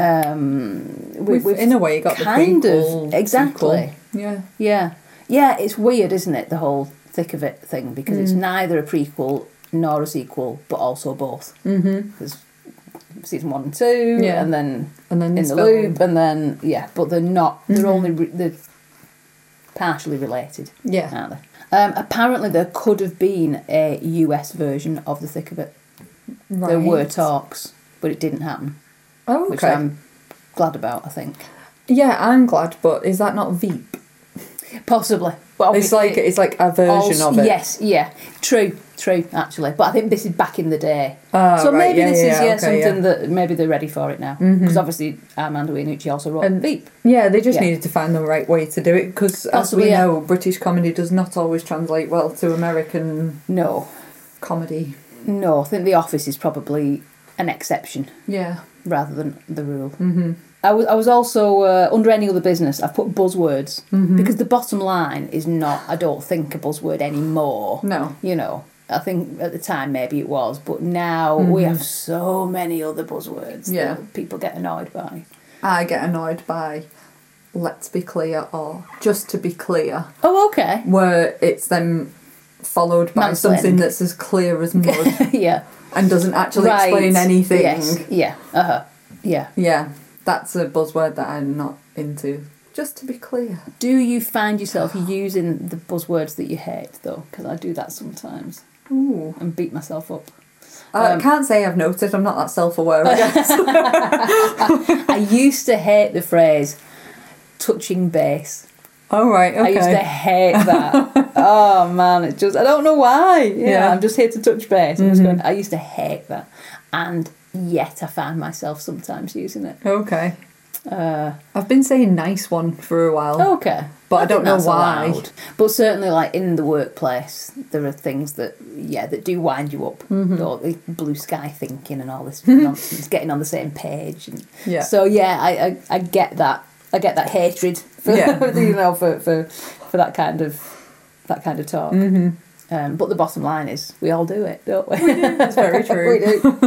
[SPEAKER 1] Um, we-
[SPEAKER 2] We've,
[SPEAKER 1] we've-
[SPEAKER 2] in a way got the
[SPEAKER 1] kind of,
[SPEAKER 2] prequel
[SPEAKER 1] exactly.
[SPEAKER 2] sequel. Yeah.
[SPEAKER 1] Yeah. Yeah, it's weird, isn't it, the whole thick of it thing, because
[SPEAKER 2] Mm.
[SPEAKER 1] it's neither a prequel nor a sequel, but also both. Mm-hmm. There's season one and two,
[SPEAKER 2] Yeah.
[SPEAKER 1] and then
[SPEAKER 2] And then
[SPEAKER 1] in
[SPEAKER 2] this
[SPEAKER 1] the
[SPEAKER 2] film. Mm-hmm.
[SPEAKER 1] loop, and then, yeah, but they're not, they're only, re- they're partially related,
[SPEAKER 2] Yeah.
[SPEAKER 1] aren't they? Um, apparently, there could have been a US version of the thick of it.
[SPEAKER 2] Right.
[SPEAKER 1] There were talks, but it didn't happen,
[SPEAKER 2] Oh, okay.
[SPEAKER 1] which I'm glad about, I think.
[SPEAKER 2] yeah, I'm glad, but is that not Veep?
[SPEAKER 1] Possibly. But
[SPEAKER 2] It's like
[SPEAKER 1] obviously-
[SPEAKER 2] it's like a version
[SPEAKER 1] Also-
[SPEAKER 2] of it.
[SPEAKER 1] Yes, yeah, true, true, actually. But I think this is back in the day,
[SPEAKER 2] Ah,
[SPEAKER 1] so
[SPEAKER 2] right,
[SPEAKER 1] maybe
[SPEAKER 2] yeah,
[SPEAKER 1] this
[SPEAKER 2] yeah,
[SPEAKER 1] is
[SPEAKER 2] yeah,
[SPEAKER 1] yeah
[SPEAKER 2] okay,
[SPEAKER 1] something
[SPEAKER 2] yeah. Mm-hmm.
[SPEAKER 1] that maybe they're ready for it now because obviously Armando Iannucci also wrote
[SPEAKER 2] And-
[SPEAKER 1] Veep.
[SPEAKER 2] Yeah, they just
[SPEAKER 1] Yeah.
[SPEAKER 2] needed to find the right way to do it because, as
[SPEAKER 1] Possibly,
[SPEAKER 2] we
[SPEAKER 1] yeah.
[SPEAKER 2] know, British comedy does not always translate well to American
[SPEAKER 1] No,
[SPEAKER 2] comedy.
[SPEAKER 1] no, I think The Office is probably an exception
[SPEAKER 2] Yeah.
[SPEAKER 1] rather than the rule. Mm-hmm. I was I was also uh, under any other business. I've put buzzwords
[SPEAKER 2] Mm-hmm.
[SPEAKER 1] because the bottom line is not. I don't think a buzzword anymore.
[SPEAKER 2] No.
[SPEAKER 1] you know. I think at the time maybe it was, but now we have so many other buzzwords
[SPEAKER 2] Mm-hmm. Yeah.
[SPEAKER 1] that people get annoyed by.
[SPEAKER 2] I get annoyed by let's be clear or just to be clear,
[SPEAKER 1] Oh, okay.
[SPEAKER 2] where it's then followed by
[SPEAKER 1] Mansplaining.
[SPEAKER 2] something that's as clear as mud
[SPEAKER 1] yeah.
[SPEAKER 2] and doesn't actually explain anything.
[SPEAKER 1] Yes. Yeah. Uh huh. Yeah.
[SPEAKER 2] Yeah, that's a buzzword that I'm not into. Just to be clear.
[SPEAKER 1] Do you find yourself using the buzzwords that you hate though? Because I do that sometimes
[SPEAKER 2] Ooh.
[SPEAKER 1] and beat myself up.
[SPEAKER 2] Uh,
[SPEAKER 1] Um,
[SPEAKER 2] I can't say I've noticed, I'm not that self aware, I guess.
[SPEAKER 1] I used to hate the phrase touching base.
[SPEAKER 2] All right, okay.
[SPEAKER 1] I used to hate that. oh man, it just I don't know why. Yeah,
[SPEAKER 2] Yeah. Mm-hmm.
[SPEAKER 1] I'm just here to touch base. I'm just going, I used to hate that, and yet I find myself sometimes using it.
[SPEAKER 2] Okay.
[SPEAKER 1] Uh,
[SPEAKER 2] I've been saying nice one for a while.
[SPEAKER 1] Okay.
[SPEAKER 2] But I
[SPEAKER 1] Oh, think
[SPEAKER 2] don't know
[SPEAKER 1] that's
[SPEAKER 2] why.
[SPEAKER 1] But certainly, like in the workplace, there are things that, yeah, that do wind you up.
[SPEAKER 2] Mm-hmm.
[SPEAKER 1] Or the blue sky thinking and all this nonsense, getting on the same page. And
[SPEAKER 2] Yeah.
[SPEAKER 1] So yeah, I, I, I get that. I get that hatred for
[SPEAKER 2] Yeah.
[SPEAKER 1] you know for, for for that kind of that kind of talk.
[SPEAKER 2] Mm-hmm.
[SPEAKER 1] Um, but the bottom line is, we all do it, don't we?
[SPEAKER 2] That's very true.
[SPEAKER 1] We do.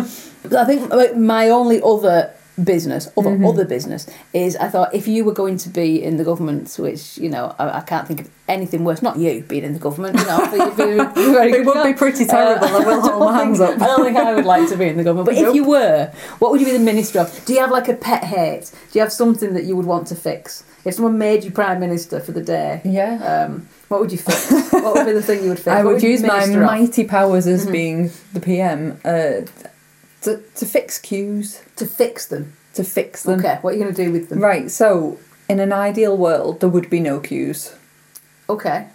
[SPEAKER 1] I think like, my only other business, other
[SPEAKER 2] Mm-hmm.
[SPEAKER 1] other business, is I thought if you were going to be in the government, which you know I, I can't think of anything worse. Not you being in the government, you know, I think you'd be a very good
[SPEAKER 2] It would be
[SPEAKER 1] job. Uh,
[SPEAKER 2] pretty terrible. I will hold my hands
[SPEAKER 1] I
[SPEAKER 2] up.
[SPEAKER 1] don't think I would like to be in the government. But if
[SPEAKER 2] Nope.
[SPEAKER 1] you were, what would you be the minister of? Do you have like a pet hate? Do you have something that you would want to fix? If someone made you prime minister for the day,
[SPEAKER 2] Yeah.
[SPEAKER 1] um, what would you fix? what would be the thing you would fix?
[SPEAKER 2] I
[SPEAKER 1] What
[SPEAKER 2] would
[SPEAKER 1] you
[SPEAKER 2] use my
[SPEAKER 1] minister Mm-hmm. of?
[SPEAKER 2] mighty powers as being the PM uh, to to fix queues,
[SPEAKER 1] to fix them.
[SPEAKER 2] to fix them.
[SPEAKER 1] Okay, what are you going to do with them?
[SPEAKER 2] Right. So in an ideal world, there would be no queues.
[SPEAKER 1] Okay,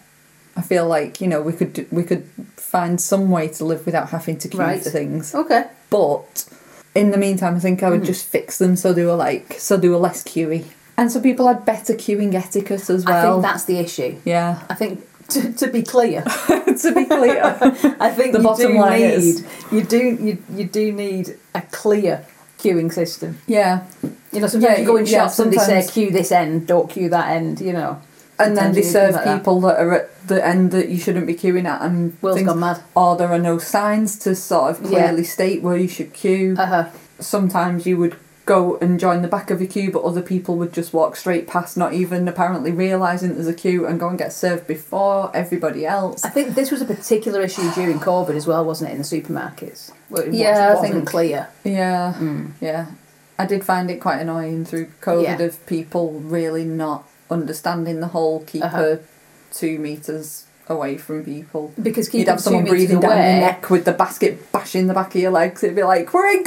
[SPEAKER 2] I feel like you know we could do- we could find some way to live without having to queue
[SPEAKER 1] Right.
[SPEAKER 2] for things.
[SPEAKER 1] okay.
[SPEAKER 2] But in the meantime, I think I
[SPEAKER 1] Hmm.
[SPEAKER 2] would just fix them so they were like so they were less queuey, and so people had better queuing etiquette as
[SPEAKER 1] I
[SPEAKER 2] well.
[SPEAKER 1] think that's the issue.
[SPEAKER 2] yeah.
[SPEAKER 1] I think to, to be clear,
[SPEAKER 2] to be clear,
[SPEAKER 1] I think
[SPEAKER 2] The
[SPEAKER 1] you
[SPEAKER 2] bottom
[SPEAKER 1] do
[SPEAKER 2] line
[SPEAKER 1] need
[SPEAKER 2] is-
[SPEAKER 1] you do you, you do need a clear queuing system.
[SPEAKER 2] yeah.
[SPEAKER 1] You know, sometimes
[SPEAKER 2] Yeah,
[SPEAKER 1] you go in
[SPEAKER 2] yeah,
[SPEAKER 1] shops and they say
[SPEAKER 2] sometimes.
[SPEAKER 1] queue this end, don't queue that end. You know,
[SPEAKER 2] And then
[SPEAKER 1] Sometimes
[SPEAKER 2] they
[SPEAKER 1] you do
[SPEAKER 2] serve
[SPEAKER 1] like that.
[SPEAKER 2] people that. are at the end that you shouldn't be queuing at, and
[SPEAKER 1] Will's
[SPEAKER 2] things,
[SPEAKER 1] gone mad.
[SPEAKER 2] or there are no signs to sort of
[SPEAKER 1] Yeah.
[SPEAKER 2] clearly state where you should queue.
[SPEAKER 1] Uh huh.
[SPEAKER 2] sometimes you would go and join the back of a queue, but other people would just walk straight past, not even apparently realising there's a queue, and go and get served before everybody else.
[SPEAKER 1] I think this was a particular issue during COVID as well, wasn't it? In the supermarkets, where it
[SPEAKER 2] Yeah, I
[SPEAKER 1] wasn't
[SPEAKER 2] think-
[SPEAKER 1] clear.
[SPEAKER 2] Yeah, yeah. I did find it quite annoying through COVID
[SPEAKER 1] Mm. Yeah.
[SPEAKER 2] of people really not understanding the whole keeper
[SPEAKER 1] Uh-huh.
[SPEAKER 2] two metres away from people.
[SPEAKER 1] Because
[SPEAKER 2] You'd
[SPEAKER 1] keeping
[SPEAKER 2] have someone
[SPEAKER 1] two metres
[SPEAKER 2] breathing down
[SPEAKER 1] away-
[SPEAKER 2] your neck with the basket bashing the back of your legs. It'd be like, we're in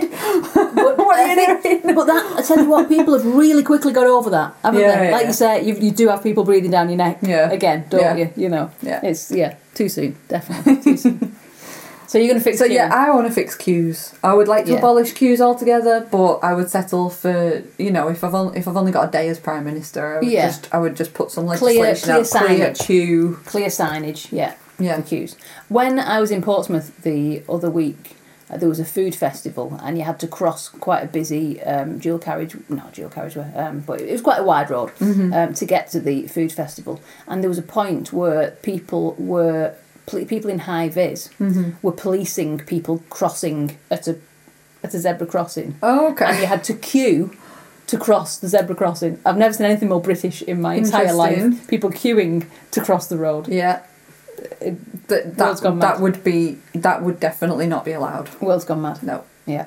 [SPEAKER 2] COVID!
[SPEAKER 1] But,
[SPEAKER 2] What are
[SPEAKER 1] I
[SPEAKER 2] you
[SPEAKER 1] think- but that, I tell you what, people have really quickly got over that, haven't
[SPEAKER 2] Yeah,
[SPEAKER 1] they?
[SPEAKER 2] yeah,
[SPEAKER 1] Like
[SPEAKER 2] yeah.
[SPEAKER 1] you say, you, you do have people breathing down your neck.
[SPEAKER 2] Yeah.
[SPEAKER 1] Again, don't
[SPEAKER 2] Yeah.
[SPEAKER 1] you? You know.
[SPEAKER 2] Yeah.
[SPEAKER 1] It's yeah. Too soon, definitely. Too soon. so you're gonna fix
[SPEAKER 2] So
[SPEAKER 1] it.
[SPEAKER 2] yeah, I want to fix queues. I would like to
[SPEAKER 1] Yeah.
[SPEAKER 2] abolish queues altogether, but I would settle for you know if I've only, if I've only got a day as prime minister, I would
[SPEAKER 1] Yeah.
[SPEAKER 2] just I would just put some
[SPEAKER 1] Clear-
[SPEAKER 2] legislation
[SPEAKER 1] clear
[SPEAKER 2] out, clear
[SPEAKER 1] signage.
[SPEAKER 2] queue.
[SPEAKER 1] clear signage. Yeah.
[SPEAKER 2] Yeah.
[SPEAKER 1] For queues. When I was in Portsmouth the other week. uh, There was a food festival, and you had to cross quite a busy um, dual carriage, not dual carriageway, um, but it was quite a wide road
[SPEAKER 2] Mm-hmm.
[SPEAKER 1] um, to get to the food festival. And there was a point where people were pl- people in high vis
[SPEAKER 2] Mm-hmm.
[SPEAKER 1] were policing people crossing at a at a zebra crossing,
[SPEAKER 2] Oh,
[SPEAKER 1] and you
[SPEAKER 2] okay.
[SPEAKER 1] had to queue to cross the zebra crossing. I've never seen anything more British in my entire life.
[SPEAKER 2] Interesting.
[SPEAKER 1] People queuing to cross the road.
[SPEAKER 2] Yeah. That
[SPEAKER 1] World's
[SPEAKER 2] that,
[SPEAKER 1] gone mad.
[SPEAKER 2] that would be that would definitely not be allowed.
[SPEAKER 1] World's gone mad.
[SPEAKER 2] No.
[SPEAKER 1] Yeah.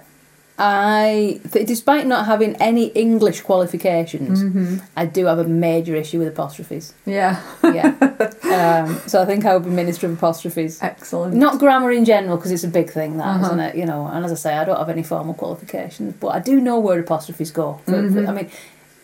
[SPEAKER 1] I, th- despite not having any English qualifications, I do have a major issue with apostrophes.
[SPEAKER 2] Yeah.
[SPEAKER 1] Yeah. um, so I think I would be Minister of Apostrophes.
[SPEAKER 2] Excellent.
[SPEAKER 1] Not grammar in general, because it's a big thing, that,
[SPEAKER 2] Uh-huh.
[SPEAKER 1] not it? You know, and as I say, I don't have any formal qualifications, but I do know where apostrophes go. For- for- I mean,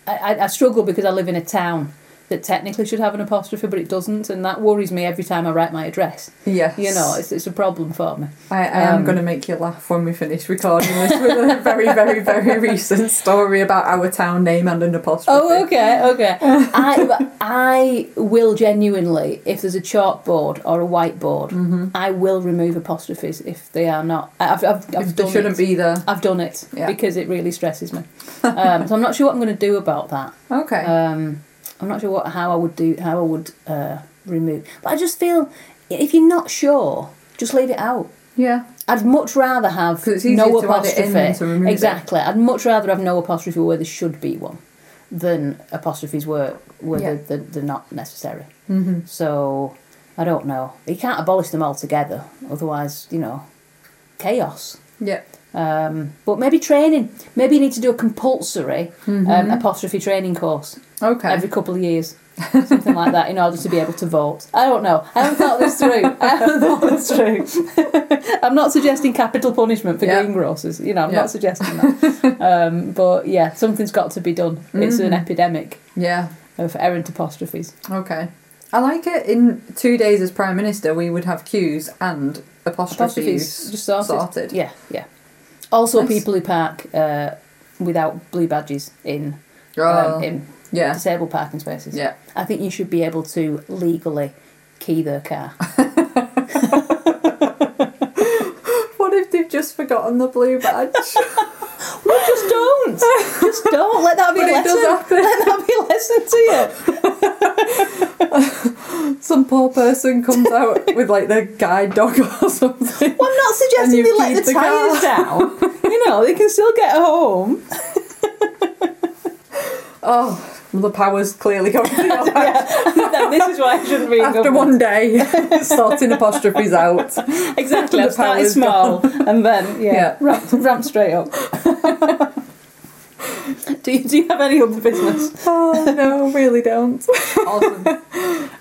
[SPEAKER 1] I, I- I struggle because I live in a town that technically should have an apostrophe, but it doesn't, and that worries me every time I write my address.
[SPEAKER 2] Yes.
[SPEAKER 1] You know, it's, um, it's a problem for me.
[SPEAKER 2] I, I am going to make you laugh when we finish recording this with a very, very, very recent story about our town name and an apostrophe.
[SPEAKER 1] Oh, okay, okay. I, I will genuinely, if there's a chalkboard or a whiteboard,
[SPEAKER 2] Mm-hmm.
[SPEAKER 1] I will remove apostrophes if they are not. I- I've, I've, I've
[SPEAKER 2] If
[SPEAKER 1] done
[SPEAKER 2] they shouldn't
[SPEAKER 1] it.
[SPEAKER 2] be there.
[SPEAKER 1] I've done it
[SPEAKER 2] Yeah.
[SPEAKER 1] because it really stresses me. Um, so I'm not sure what I'm going to do about that.
[SPEAKER 2] Okay.
[SPEAKER 1] Um, I'm not sure what how I would do how I would uh, remove. But I just feel if you're not sure, just leave it out.
[SPEAKER 2] yeah.
[SPEAKER 1] I'd much rather have
[SPEAKER 2] 'Cause it's
[SPEAKER 1] no
[SPEAKER 2] easier to add it in
[SPEAKER 1] apostrophe.
[SPEAKER 2] than to remove it.
[SPEAKER 1] exactly. I'd much rather have no apostrophe where there should be one than apostrophes where where
[SPEAKER 2] Yeah.
[SPEAKER 1] they're, they're, they're not necessary. Mm-hmm. So I don't know. You can't abolish them altogether, otherwise, you know, chaos.
[SPEAKER 2] Yeah.
[SPEAKER 1] Um, but maybe training. Maybe you need to do a compulsory
[SPEAKER 2] Mm-hmm.
[SPEAKER 1] um, apostrophe training course
[SPEAKER 2] Okay.
[SPEAKER 1] every couple of years, something like that, in order to be able to vote. I don't know. I haven't thought this through. I haven't thought this through. I'm not suggesting capital punishment for
[SPEAKER 2] Yeah.
[SPEAKER 1] greengrocers. You know, I'm
[SPEAKER 2] Yeah.
[SPEAKER 1] not suggesting that. um, but yeah, something's got to be done. It's
[SPEAKER 2] Mm.
[SPEAKER 1] an epidemic
[SPEAKER 2] yeah.
[SPEAKER 1] of errant apostrophes.
[SPEAKER 2] Okay. I like it. In two days as Prime Minister, we would have queues and apostrophes,
[SPEAKER 1] Apostrophes just sorted.
[SPEAKER 2] sorted.
[SPEAKER 1] Yeah, yeah. Also,
[SPEAKER 2] Nice.
[SPEAKER 1] people who park uh, without blue badges in
[SPEAKER 2] Oh,
[SPEAKER 1] um, in
[SPEAKER 2] yeah.
[SPEAKER 1] disabled parking spaces.
[SPEAKER 2] Yeah.
[SPEAKER 1] I think you should be able to legally key their car.
[SPEAKER 2] What if they've just forgotten the blue badge?
[SPEAKER 1] Well, just don't. Just don't. Let that be a
[SPEAKER 2] But it does
[SPEAKER 1] lesson.
[SPEAKER 2] happen.
[SPEAKER 1] Let that be a lesson to you.
[SPEAKER 2] Some poor person comes out with like their guide dog or something.
[SPEAKER 1] Well, I'm not
[SPEAKER 2] And
[SPEAKER 1] suggesting
[SPEAKER 2] you
[SPEAKER 1] they let the,
[SPEAKER 2] keep the
[SPEAKER 1] tyres down. you know, they can still get home.
[SPEAKER 2] Oh, the power's clearly going to your back.
[SPEAKER 1] Then this is why I shouldn't be in
[SPEAKER 2] After
[SPEAKER 1] government.
[SPEAKER 2] one day, sorting apostrophes out.
[SPEAKER 1] Exactly,
[SPEAKER 2] The
[SPEAKER 1] I've started
[SPEAKER 2] power's
[SPEAKER 1] small and then, yeah,
[SPEAKER 2] Yeah.
[SPEAKER 1] Ramp, ramp straight up. do, you, do you have any other business?
[SPEAKER 2] Oh no, really don't.
[SPEAKER 1] Awesome.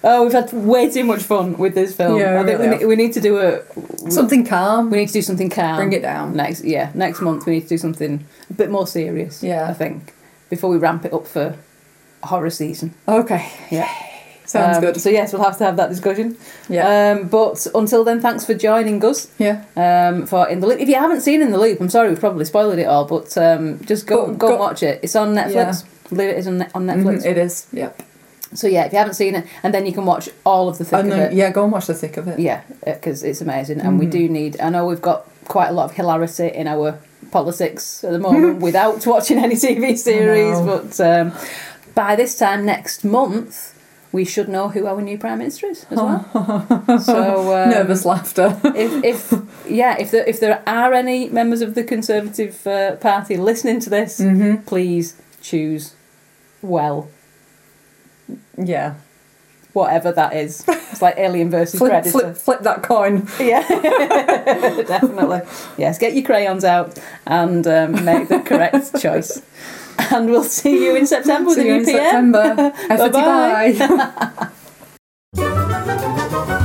[SPEAKER 1] Oh, we've had way too much fun with this film.
[SPEAKER 2] Yeah,
[SPEAKER 1] I think
[SPEAKER 2] really
[SPEAKER 1] we, ne-
[SPEAKER 2] have.
[SPEAKER 1] we need to do a.
[SPEAKER 2] Something calm.
[SPEAKER 1] We need to do something calm.
[SPEAKER 2] Bring it down.
[SPEAKER 1] Next, yeah, next month we need to do something a bit more serious.
[SPEAKER 2] Yeah.
[SPEAKER 1] I think before we ramp it up for horror season.
[SPEAKER 2] Okay,
[SPEAKER 1] Yeah,
[SPEAKER 2] sounds
[SPEAKER 1] Um,
[SPEAKER 2] good.
[SPEAKER 1] So yes, we'll have to have that discussion.
[SPEAKER 2] Yeah,
[SPEAKER 1] Um, but until then, thanks for joining us
[SPEAKER 2] yeah.
[SPEAKER 1] um, for In the Loop. If you haven't seen In the Loop, I'm sorry we've probably spoiled it all, but um, just go
[SPEAKER 2] But
[SPEAKER 1] go
[SPEAKER 2] go-
[SPEAKER 1] and watch it. It's on Netflix. I believe it is on, ne- on
[SPEAKER 2] Mhm,
[SPEAKER 1] Netflix.
[SPEAKER 2] it is. Yep.
[SPEAKER 1] So yeah, if you haven't seen it, and then you can watch all of the thick
[SPEAKER 2] And
[SPEAKER 1] of
[SPEAKER 2] then,
[SPEAKER 1] it.
[SPEAKER 2] yeah, go and watch the thick of it.
[SPEAKER 1] Yeah, because it's amazing, and
[SPEAKER 2] Mm-hmm.
[SPEAKER 1] we do need. I know we've got quite a lot of hilarity in our politics at the moment without watching any TV series,
[SPEAKER 2] know.
[SPEAKER 1] but um, by this time next month, we should know who our new prime minister is as well. so um,
[SPEAKER 2] Nervous laughter.
[SPEAKER 1] If, if yeah, if there if there are any members of the Conservative uh, Party listening to this,
[SPEAKER 2] Mm-hmm.
[SPEAKER 1] please choose well,
[SPEAKER 2] yeah.
[SPEAKER 1] whatever that is. It's like Alien versus
[SPEAKER 2] Flip,
[SPEAKER 1] Predator.
[SPEAKER 2] flip, flip that coin.
[SPEAKER 1] Yeah, definitely. Yes, get your crayons out and um, make the correct choice. And we'll see you in September with a
[SPEAKER 2] See you
[SPEAKER 1] new
[SPEAKER 2] in
[SPEAKER 1] PM.
[SPEAKER 2] September. Hefferty
[SPEAKER 1] Bye-bye.
[SPEAKER 2] bye.